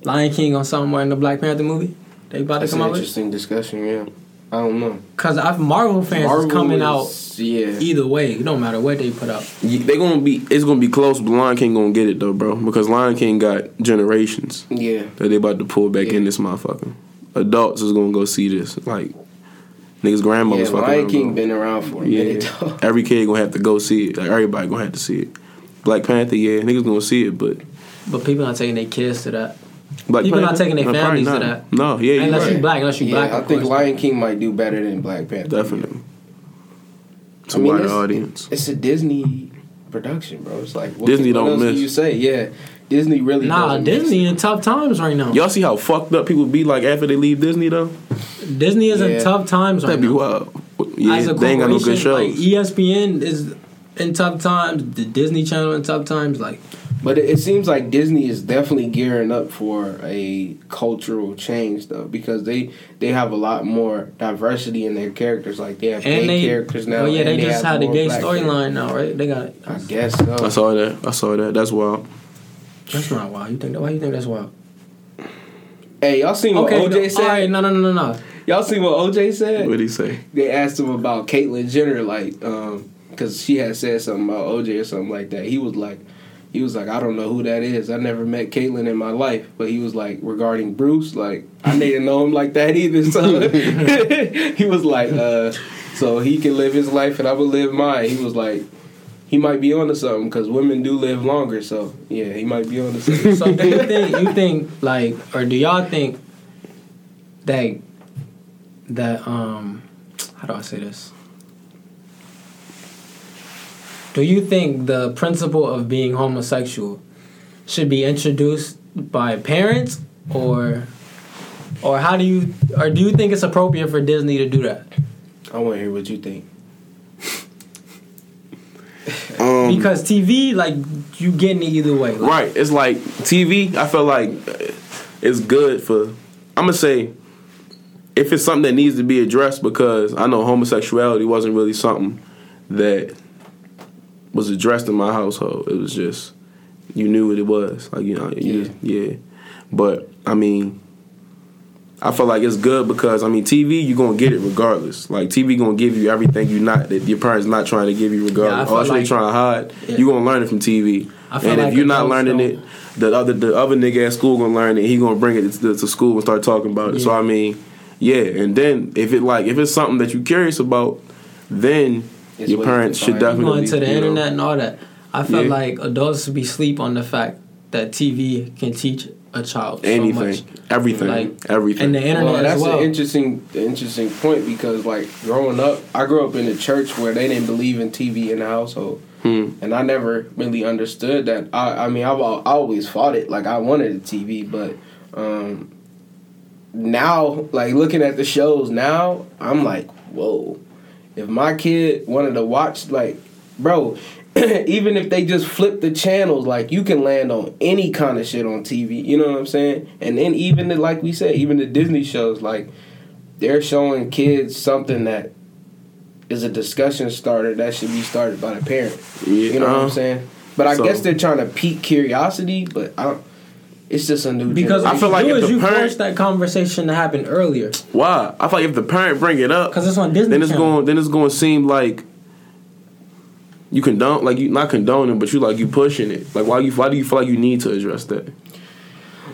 Speaker 3: Lion King gonna sell more than the Black Panther movie. They about to
Speaker 1: That's
Speaker 3: come
Speaker 1: an
Speaker 3: out with
Speaker 1: interesting discussion. Yeah, I don't know.
Speaker 3: because Marvel fans
Speaker 1: Marvel
Speaker 3: is coming
Speaker 1: is-
Speaker 3: out
Speaker 1: Yeah,
Speaker 3: either way. It don't matter what they put out.
Speaker 2: Ye- They gonna be. It's gonna be close, but Lion King gonna get it though, bro. Because Lion King got generations
Speaker 1: yeah.
Speaker 2: that they about to pull back
Speaker 1: Yeah.
Speaker 2: in this motherfucker. Adults is gonna go see this. Like niggas,
Speaker 1: Yeah,
Speaker 2: grandmothers. fucking
Speaker 1: Lion
Speaker 2: around,
Speaker 1: King
Speaker 2: bro.
Speaker 1: been around for a minute.
Speaker 2: Yeah.
Speaker 1: though.
Speaker 2: Every kid gonna have to go see it. Like everybody gonna have to see it. Black Panther, yeah, niggas gonna see it, but
Speaker 3: But people not taking their kids to that.
Speaker 2: Black
Speaker 3: People not
Speaker 2: Panther?
Speaker 3: taking their
Speaker 2: No, probably
Speaker 3: families to
Speaker 2: not.
Speaker 3: that.
Speaker 2: No, yeah, you
Speaker 3: unless
Speaker 2: right.
Speaker 3: you black, unless you
Speaker 1: Yeah,
Speaker 3: black.
Speaker 1: I
Speaker 3: of
Speaker 1: think
Speaker 3: course.
Speaker 1: Lion King might do better than Black Panther.
Speaker 2: Definitely. It's
Speaker 1: I
Speaker 2: a
Speaker 1: mean,
Speaker 2: wider
Speaker 1: it's-
Speaker 2: audience.
Speaker 1: It's a Disney production, bro. It's like what,
Speaker 2: Disney
Speaker 1: what
Speaker 2: don't
Speaker 1: else
Speaker 2: miss.
Speaker 1: Can you say yeah, Disney really.
Speaker 3: Nah,
Speaker 1: doesn't miss.
Speaker 3: Disney in tough times right now.
Speaker 2: Y'all see how fucked up people be like after they leave Disney though?
Speaker 3: Disney is
Speaker 1: Yeah.
Speaker 3: in tough times right
Speaker 2: That'd be
Speaker 3: now.
Speaker 2: wild. Yeah,
Speaker 3: As a
Speaker 2: they ain't got no good
Speaker 3: corporation,
Speaker 2: shows.
Speaker 3: like e- ESPN is in tough times. The Disney Channel in tough times. Like
Speaker 1: But it, it seems like Disney is definitely gearing up for a cultural change, though, because they they have a lot more diversity in their characters. Like they have gay
Speaker 3: and they
Speaker 1: characters now.
Speaker 3: Oh yeah,
Speaker 1: and
Speaker 3: they, just
Speaker 1: have
Speaker 3: had the
Speaker 1: more
Speaker 3: gay
Speaker 1: black
Speaker 3: storyline now, right? They got.
Speaker 1: characters. I guess so.
Speaker 2: I saw that. I saw that. That's wild.
Speaker 3: That's not wild. You think that? Why you think that's wild?
Speaker 1: Hey, y'all seen what
Speaker 3: Okay,
Speaker 1: OJ
Speaker 3: no,
Speaker 1: said?
Speaker 3: all right, no, no, no, no, no.
Speaker 1: Y'all seen what OJ said?
Speaker 2: What'd he say?
Speaker 1: They asked him about Caitlyn Jenner, like, um, because she had said something about OJ or something like that. He was like, he was like, I don't know who that is. I never met Caitlyn in my life, but he was like, regarding Bruce, like, I didn't know him like that either. So (laughs) he was like, uh, so he can live his life and I would live mine. He was like. He might be onto something because women do live longer, so yeah, he might be onto
Speaker 3: (laughs)
Speaker 1: something.
Speaker 3: So do you think you think like, or do y'all think that that um how do I say this? Do you think the principle of being homosexual should be introduced by parents or or how do you or do you think it's appropriate for Disney to do that?
Speaker 1: I want to hear what you think.
Speaker 2: Um,
Speaker 3: Because TV like you getting it either way. Like,
Speaker 2: Right. It's like TV. I feel like it's good for. I'm gonna say if it's something that needs to be addressed because I know homosexuality wasn't really something that was addressed in my household. It was just you knew what it was. Like you know, you, yeah. But I mean. I feel like it's good because I mean TV you're gonna get it regardless. Like TV gonna give you everything you not that your parents not trying to give you regardless.
Speaker 3: feel
Speaker 2: Or actually
Speaker 3: like-
Speaker 2: trying to hide,
Speaker 3: Yeah.
Speaker 2: you gonna learn it from TV.
Speaker 3: I feel
Speaker 2: and
Speaker 3: like
Speaker 2: if you're not
Speaker 3: adults
Speaker 2: learning
Speaker 3: don't-
Speaker 2: it, the other the other nigga at school gonna learn it. He gonna bring it to, to school and start talking about it. So
Speaker 3: Yeah.
Speaker 2: I mean, yeah. And then if it like if it's something that you're curious about, then
Speaker 1: It's
Speaker 2: your
Speaker 1: what you
Speaker 2: parents should
Speaker 1: define.
Speaker 2: definitely
Speaker 3: going to the
Speaker 2: E, you know.
Speaker 3: internet and all that. I feel
Speaker 2: Yeah.
Speaker 3: like adults should be sleep on the fact that TV can teach a child so
Speaker 2: anything,
Speaker 3: much.
Speaker 2: everything,
Speaker 3: Like,
Speaker 2: everything.
Speaker 3: And the internet
Speaker 1: Well, that's
Speaker 3: as well.
Speaker 1: an interesting, interesting point because, like, growing up, I grew up in a church where they didn't believe in TV in the household,
Speaker 2: Hmm.
Speaker 1: and I never really understood that. I, I mean, I've al- I always fought it. Like, I wanted a TV, but um, now, like, looking at the shows now, I'm like, whoa. If my kid wanted to watch, like, bro, (clears throat) even if they just flip the channels, like you can land on any kind of shit on TV. You know what I'm saying? And then even the, like we said, even the Disney shows, like they're showing kids something that is a discussion starter that should be started by the parent.
Speaker 2: Yeah,
Speaker 1: You know what
Speaker 2: uh,
Speaker 1: I'm saying? But I
Speaker 2: so-
Speaker 1: guess they're trying to pique curiosity, but I don't. It's just a new
Speaker 3: because
Speaker 1: generation.
Speaker 2: I feel like
Speaker 3: you,
Speaker 2: if
Speaker 3: is
Speaker 2: the
Speaker 3: you
Speaker 2: parent-
Speaker 3: forced that conversation to happen earlier
Speaker 2: Why? I feel like if the parent bring it up,
Speaker 3: because it's on Disney.
Speaker 2: then it's
Speaker 3: Channel.
Speaker 2: going then it's going to seem like you condone like you not condoning but you like you pushing it like why you why do you feel like you need to address that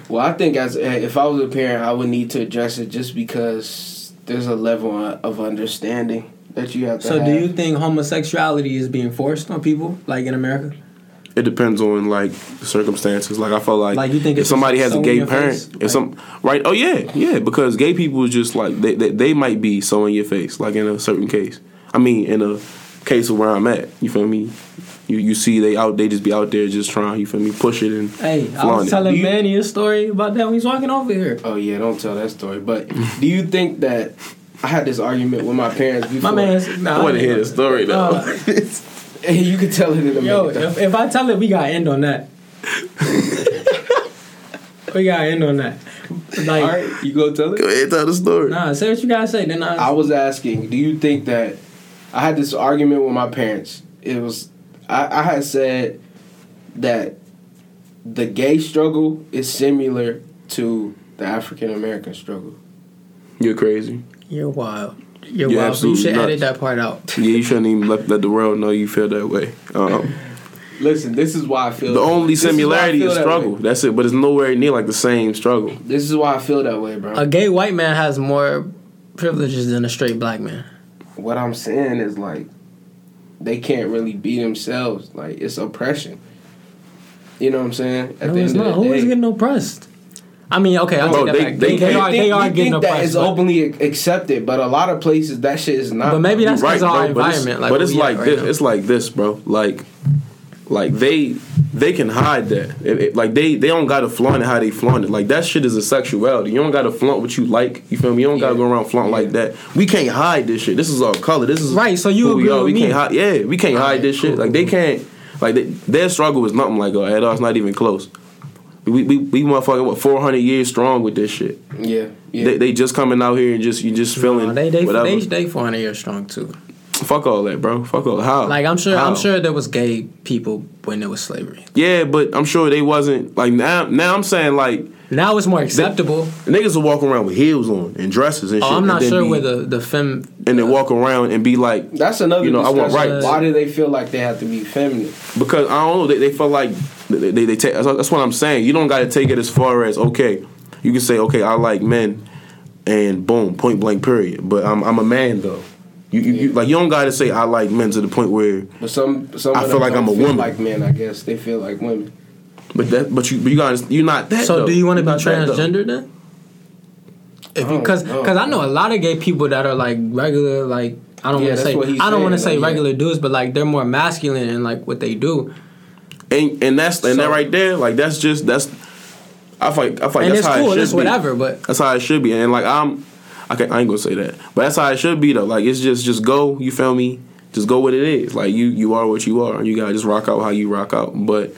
Speaker 1: Well, I think as eh, if I was a parent, I would need to address it just because there's a level of understanding that you have to.
Speaker 3: So,
Speaker 1: have.
Speaker 3: do you think homosexuality is being forced on people, like in America?
Speaker 2: it depends on like the circumstances. Like I felt like,
Speaker 3: Like, you think
Speaker 2: if
Speaker 3: it's
Speaker 2: somebody has
Speaker 3: just
Speaker 2: a
Speaker 3: so in
Speaker 2: gay
Speaker 3: your
Speaker 2: parent,
Speaker 3: face?
Speaker 2: if
Speaker 3: Like-
Speaker 2: some right, oh yeah, yeah, because gay people is just like they, they they might be so in your face, like in a certain case. I mean, in a case of where I'm at, you feel me? You you see they out they just be out there just trying, you feel me? Push it and
Speaker 3: Hey, I
Speaker 2: flaunt
Speaker 3: was
Speaker 2: it.
Speaker 3: telling
Speaker 2: Do you-
Speaker 3: Manny a story about that when he's walking over here.
Speaker 1: Oh yeah, don't tell that story. But do you think that I had this argument with my parents before? (laughs)
Speaker 3: My man's. Nah,
Speaker 2: I want to hear the story though.
Speaker 3: Uh,
Speaker 2: (laughs)
Speaker 1: you can tell it in a
Speaker 3: Yo,
Speaker 1: minute. though.
Speaker 3: if, if I tell it, we gotta end
Speaker 2: (laughs)
Speaker 3: on that. we gotta end on that. Like,
Speaker 1: All right, you go tell it.
Speaker 2: Go ahead, tell the story.
Speaker 3: nah, say what you gotta say. Then I,
Speaker 1: I was asking, do you think that I had this argument with my parents? It was I, I had said that the gay struggle is similar to the African American struggle.
Speaker 2: You're crazy.
Speaker 3: you're wild.
Speaker 2: You're
Speaker 3: You're, wild. You
Speaker 2: absolutely
Speaker 3: should edit
Speaker 2: nuts.
Speaker 3: that part out.
Speaker 2: Yeah, you shouldn't even let, let the world know you feel that way. Um,
Speaker 1: Listen, this is why I feel
Speaker 2: the only
Speaker 1: this is why I
Speaker 2: similarity
Speaker 1: feel
Speaker 2: is
Speaker 1: that
Speaker 2: struggle.
Speaker 1: way.
Speaker 2: That's it, but it's nowhere near like the same struggle.
Speaker 1: This is why I feel that way, bro.
Speaker 3: A gay white man has more privileges than a straight black man.
Speaker 1: what I'm saying is like they can't really be themselves. Like it's oppression. You know what I'm saying? At
Speaker 3: No,
Speaker 1: the
Speaker 3: it's
Speaker 1: end
Speaker 3: not.
Speaker 1: of the
Speaker 3: Who
Speaker 1: day,
Speaker 3: is getting oppressed? I mean, okay, I'll
Speaker 2: Bro,
Speaker 3: take that
Speaker 2: they-
Speaker 3: back.
Speaker 2: they-
Speaker 3: They, they
Speaker 2: they
Speaker 3: are,
Speaker 1: we
Speaker 3: they
Speaker 1: think,
Speaker 3: are
Speaker 1: we
Speaker 3: getting
Speaker 1: think that is
Speaker 3: oppressed. but-
Speaker 1: openly ac- accepted, but a lot of places that shit is not.
Speaker 3: But maybe that's because
Speaker 2: Uh, right,
Speaker 3: of
Speaker 2: bro,
Speaker 3: our
Speaker 2: but it's-
Speaker 3: environment. like,
Speaker 2: but it's
Speaker 3: we at
Speaker 2: like
Speaker 3: right
Speaker 2: this.
Speaker 3: now.
Speaker 2: It's like this, bro. Like, like they they can hide that. It- it- like they they don't gotta flaunt it how they flaunt it. Like that shit is a sexuality. You don't gotta flaunt what you like. You feel me? You don't gotta
Speaker 1: Yeah.
Speaker 2: go around flaunt like that. We can't hide this shit. This is our color. This is
Speaker 3: Right, so you
Speaker 2: who we
Speaker 3: agree
Speaker 2: are.
Speaker 3: with
Speaker 2: we
Speaker 3: me.
Speaker 2: Can't hide, yeah, we can't hide
Speaker 3: Alright,
Speaker 2: this shit.
Speaker 3: cool,
Speaker 2: Like they can't. Like they, their struggle is nothing like ours. At all. It's not even close. We we we motherfucking what four hundred years strong with this shit.
Speaker 1: yeah, yeah.
Speaker 2: They, they just coming out here and just you just feeling
Speaker 3: No, they they
Speaker 2: whatever.
Speaker 3: they, they 400 years strong too.
Speaker 2: Fuck all that, bro. Fuck all how.
Speaker 3: Like I'm sure
Speaker 2: How?
Speaker 3: I'm sure there was gay people when there was slavery.
Speaker 2: Yeah, but I'm sure they wasn't like now. Now I'm saying like
Speaker 3: Now it's more acceptable.
Speaker 2: niggas will walk around with heels on and dresses and shit.
Speaker 3: oh, I'm
Speaker 2: and
Speaker 3: not
Speaker 2: then
Speaker 3: sure
Speaker 2: be-
Speaker 3: where the the fem.
Speaker 2: And then walk around and be like
Speaker 1: that's another.
Speaker 2: You know, I want
Speaker 1: discussion.
Speaker 2: rights.
Speaker 1: Why do they feel like they have to be feminine?
Speaker 2: because I don't know they, they feel like they they, they take that's, that's what I'm saying. You don't got to take it as far as okay. You can say okay, I like men, and boom, point blank period. But I'm I'm a man though. You, you, you like you don't got to say I like men to the point where
Speaker 1: But some some.
Speaker 2: I
Speaker 1: of
Speaker 2: feel
Speaker 1: them
Speaker 2: like
Speaker 1: don't
Speaker 2: I'm a
Speaker 1: feel
Speaker 2: woman.
Speaker 1: Like men, I guess they feel like women.
Speaker 2: but that but you but you got you're not that.
Speaker 3: So
Speaker 2: though.
Speaker 3: do you want to
Speaker 2: You're
Speaker 3: be
Speaker 2: not that, though.
Speaker 3: transgender then? If you, cause,
Speaker 4: know.
Speaker 3: cause I know a lot of gay people that are like regular, like I don't want to
Speaker 4: Yeah, that's
Speaker 3: say,
Speaker 4: what he's
Speaker 3: I don't want to say
Speaker 4: saying, like, yeah.
Speaker 3: regular dudes, but like they're more masculine in like what they do,
Speaker 2: And and that's and that
Speaker 3: So-
Speaker 2: right there, like that's just that's. I fight. I fight.
Speaker 3: and
Speaker 2: that's
Speaker 3: it's
Speaker 2: how
Speaker 3: cool,
Speaker 2: it should
Speaker 3: it's
Speaker 2: be.
Speaker 3: whatever. But
Speaker 2: That's how it should be. And like I'm, I can I ain't gonna say that, but that's how it should be though. Like it's just just go. You feel me? Just go what it is. Like you you are what you are, and you gotta just rock out how you rock out. But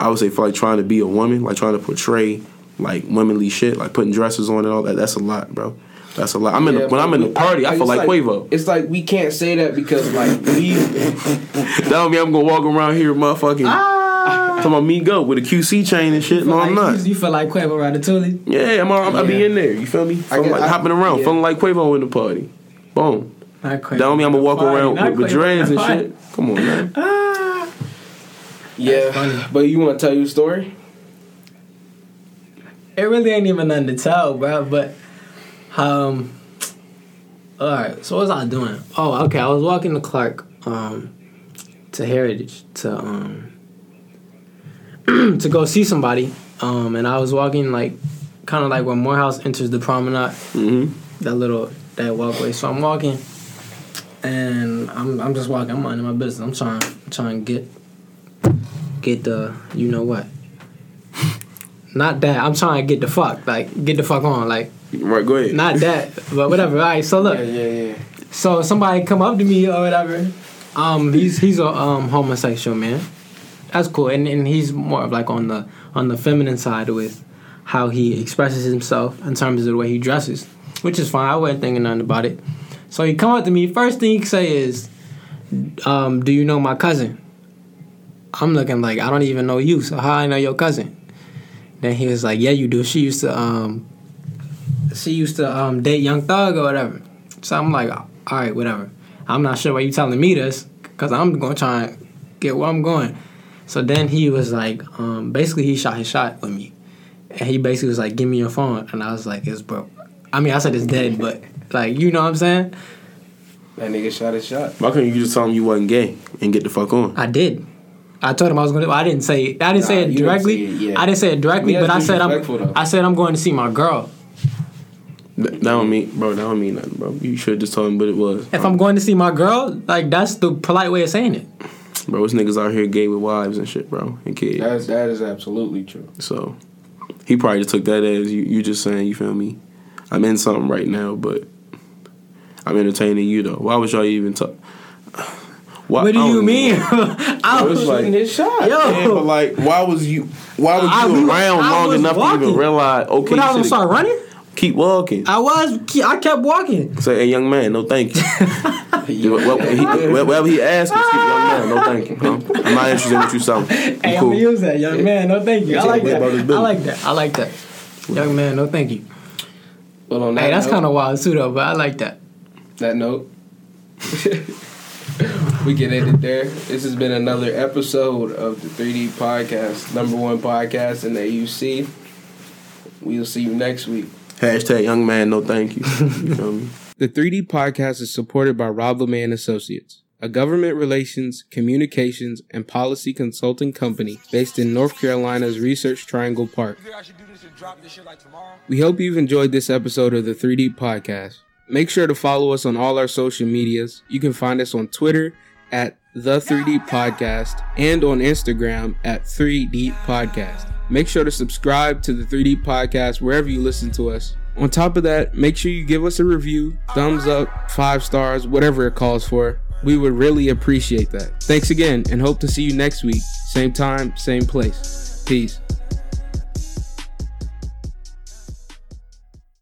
Speaker 2: I would say for like trying to be a woman, like trying to portray like womanly shit, like putting dresses on and all that. That's a lot, bro. That's a lot. I'm in the,
Speaker 4: Yeah,
Speaker 2: when I'm in the party, I,
Speaker 4: it's
Speaker 2: feel like, Quavo.
Speaker 4: It's like we can't say that because like we
Speaker 2: That don't mean I'm gonna walk around here, motherfucking.
Speaker 3: Ah.
Speaker 2: Talking about me go with a QC chain and shit. No, I'm
Speaker 3: like,
Speaker 2: not.
Speaker 3: You feel like Quavo Ratatouille?
Speaker 2: Yeah, I'm. All, I be
Speaker 4: Yeah.
Speaker 2: in there. You feel me?
Speaker 4: I
Speaker 2: Feeling
Speaker 4: get-
Speaker 2: like
Speaker 4: I-
Speaker 2: hopping around,
Speaker 4: yeah.
Speaker 2: feeling like Quavo in the party. Boom.
Speaker 3: Not Quavo.
Speaker 2: That don't mean I'm gonna walk
Speaker 3: Party,
Speaker 2: around
Speaker 3: not
Speaker 2: with, with
Speaker 3: Quavo,
Speaker 2: dreads
Speaker 4: (laughs)
Speaker 2: and
Speaker 3: party.
Speaker 2: shit. Come on, man.
Speaker 4: yeah. (laughs) But you want to tell your story?
Speaker 3: It really ain't even nothing to tell, bro. But um, all right. So what was I doing? Oh, okay. I was walking to Clark, um, to Heritage to um (clears throat) to go see somebody, um, and I was walking like kind of like when Morehouse enters the promenade,
Speaker 2: Mm-hmm.
Speaker 3: that little that walkway. So I'm walking, and I'm I'm just walking. I'm minding my business. I'm trying trying to get get the you know what. Not that I'm trying to get the fuck like get the fuck on like
Speaker 2: Right, go ahead.
Speaker 3: not that but whatever. All right, so look,
Speaker 4: Yeah, yeah, yeah.
Speaker 3: so somebody come up to me or whatever. Um, he's he's a um homosexual man. That's cool, and and he's more of like on the on the feminine side with how he expresses himself in terms of the way he dresses, which is fine. I wasn't thinking nothing about it. So he come up to me. First thing he say is, um, "Do you know my cousin?" I'm looking like I don't even know you. So how I know your cousin? Then he was like, "Yeah, you do. She used to um, she used to um date Young Thug or whatever." So I'm like, all right, whatever. I'm not sure why you telling me this, cause I'm gonna try and get where I'm going. So then he was like, um, basically he shot his shot with me, and he basically was like, give me your phone, and I was like, it's broke. I mean, I said it's dead, but like, you know what I'm saying?
Speaker 4: That nigga shot his shot.
Speaker 2: Why couldn't you just tell him you wasn't gay and get the fuck on?
Speaker 3: I did. I told him I was gonna. I didn't say. I didn't say
Speaker 4: Nah,
Speaker 3: it
Speaker 4: you didn't
Speaker 3: directly.
Speaker 4: say it, yeah.
Speaker 3: I didn't say it directly,
Speaker 4: Yeah,
Speaker 3: but I
Speaker 4: it's
Speaker 3: said I'm.
Speaker 4: disrespectful, though.
Speaker 3: I said I'm going to see my girl.
Speaker 2: That, that
Speaker 4: Mm-hmm.
Speaker 2: don't mean, bro. That don't mean nothing, bro. You should just tell him what it was.
Speaker 3: If I'm going to see my girl, like that's the polite way of saying it.
Speaker 2: bro, it's niggas out here gay with wives and shit, bro, and kids.
Speaker 4: That is that is absolutely true.
Speaker 2: So he probably just took that as you. You just saying, you feel me? I'm in something right now, but I'm entertaining you though. Why was y'all even talk? Why-
Speaker 3: What
Speaker 2: I
Speaker 3: do
Speaker 2: don't
Speaker 3: you
Speaker 2: even-
Speaker 3: (laughs) mean?
Speaker 4: (laughs)
Speaker 3: I
Speaker 2: Bro, it's
Speaker 3: was
Speaker 2: like-
Speaker 4: Shooting his shot.
Speaker 3: yo.
Speaker 2: Yeah, but like, why was you? Why was
Speaker 3: I- we
Speaker 2: you
Speaker 3: was-
Speaker 2: around
Speaker 3: I
Speaker 2: long
Speaker 3: was
Speaker 2: enough to
Speaker 3: walking.
Speaker 2: even realize? Okay,
Speaker 3: When I
Speaker 2: you
Speaker 3: was gonna
Speaker 2: should
Speaker 3: start running,
Speaker 2: keep walking.
Speaker 3: I was I kept walking.
Speaker 2: Say, hey, young man, no thank
Speaker 3: (laughs)
Speaker 2: you. Yeah, what- what- he- what- Whatever he asks, just keep, young man, no thank you.
Speaker 3: (laughs)
Speaker 2: No, I'm not interested in what you selling. You
Speaker 3: Hey, I'm
Speaker 2: cool.
Speaker 3: gonna use that, young man. No, thank you. I like
Speaker 2: way
Speaker 3: that.
Speaker 2: about this
Speaker 3: I
Speaker 2: building.
Speaker 3: like that. I like that. Young man, no, thank you.
Speaker 4: Well, on that
Speaker 3: Hey, that's
Speaker 4: note-
Speaker 3: kind of wild too, though. But I like that.
Speaker 4: that note. (laughs) we can end it there. This has been another episode of the 3D podcast, number one podcast in the AUC. We'll see you next week.
Speaker 2: Hashtag young man, no thank you. You feel me?
Speaker 1: The 3D podcast is supported by Rob LeMay & Associates, a government relations, communications, and policy consulting company based in North Carolina's Research Triangle Park. We hope you've enjoyed this episode of the 3D podcast. Make sure to follow us on all our social medias. You can find us on Twitter at the 3D podcast and on Instagram at 3D podcast. Make sure to subscribe to the 3D podcast wherever you listen to us. On top of that, make sure you give us a review, thumbs up, five stars, whatever it calls for. We would really appreciate that. Thanks again and hope to see you next week. Same time, same place. Peace.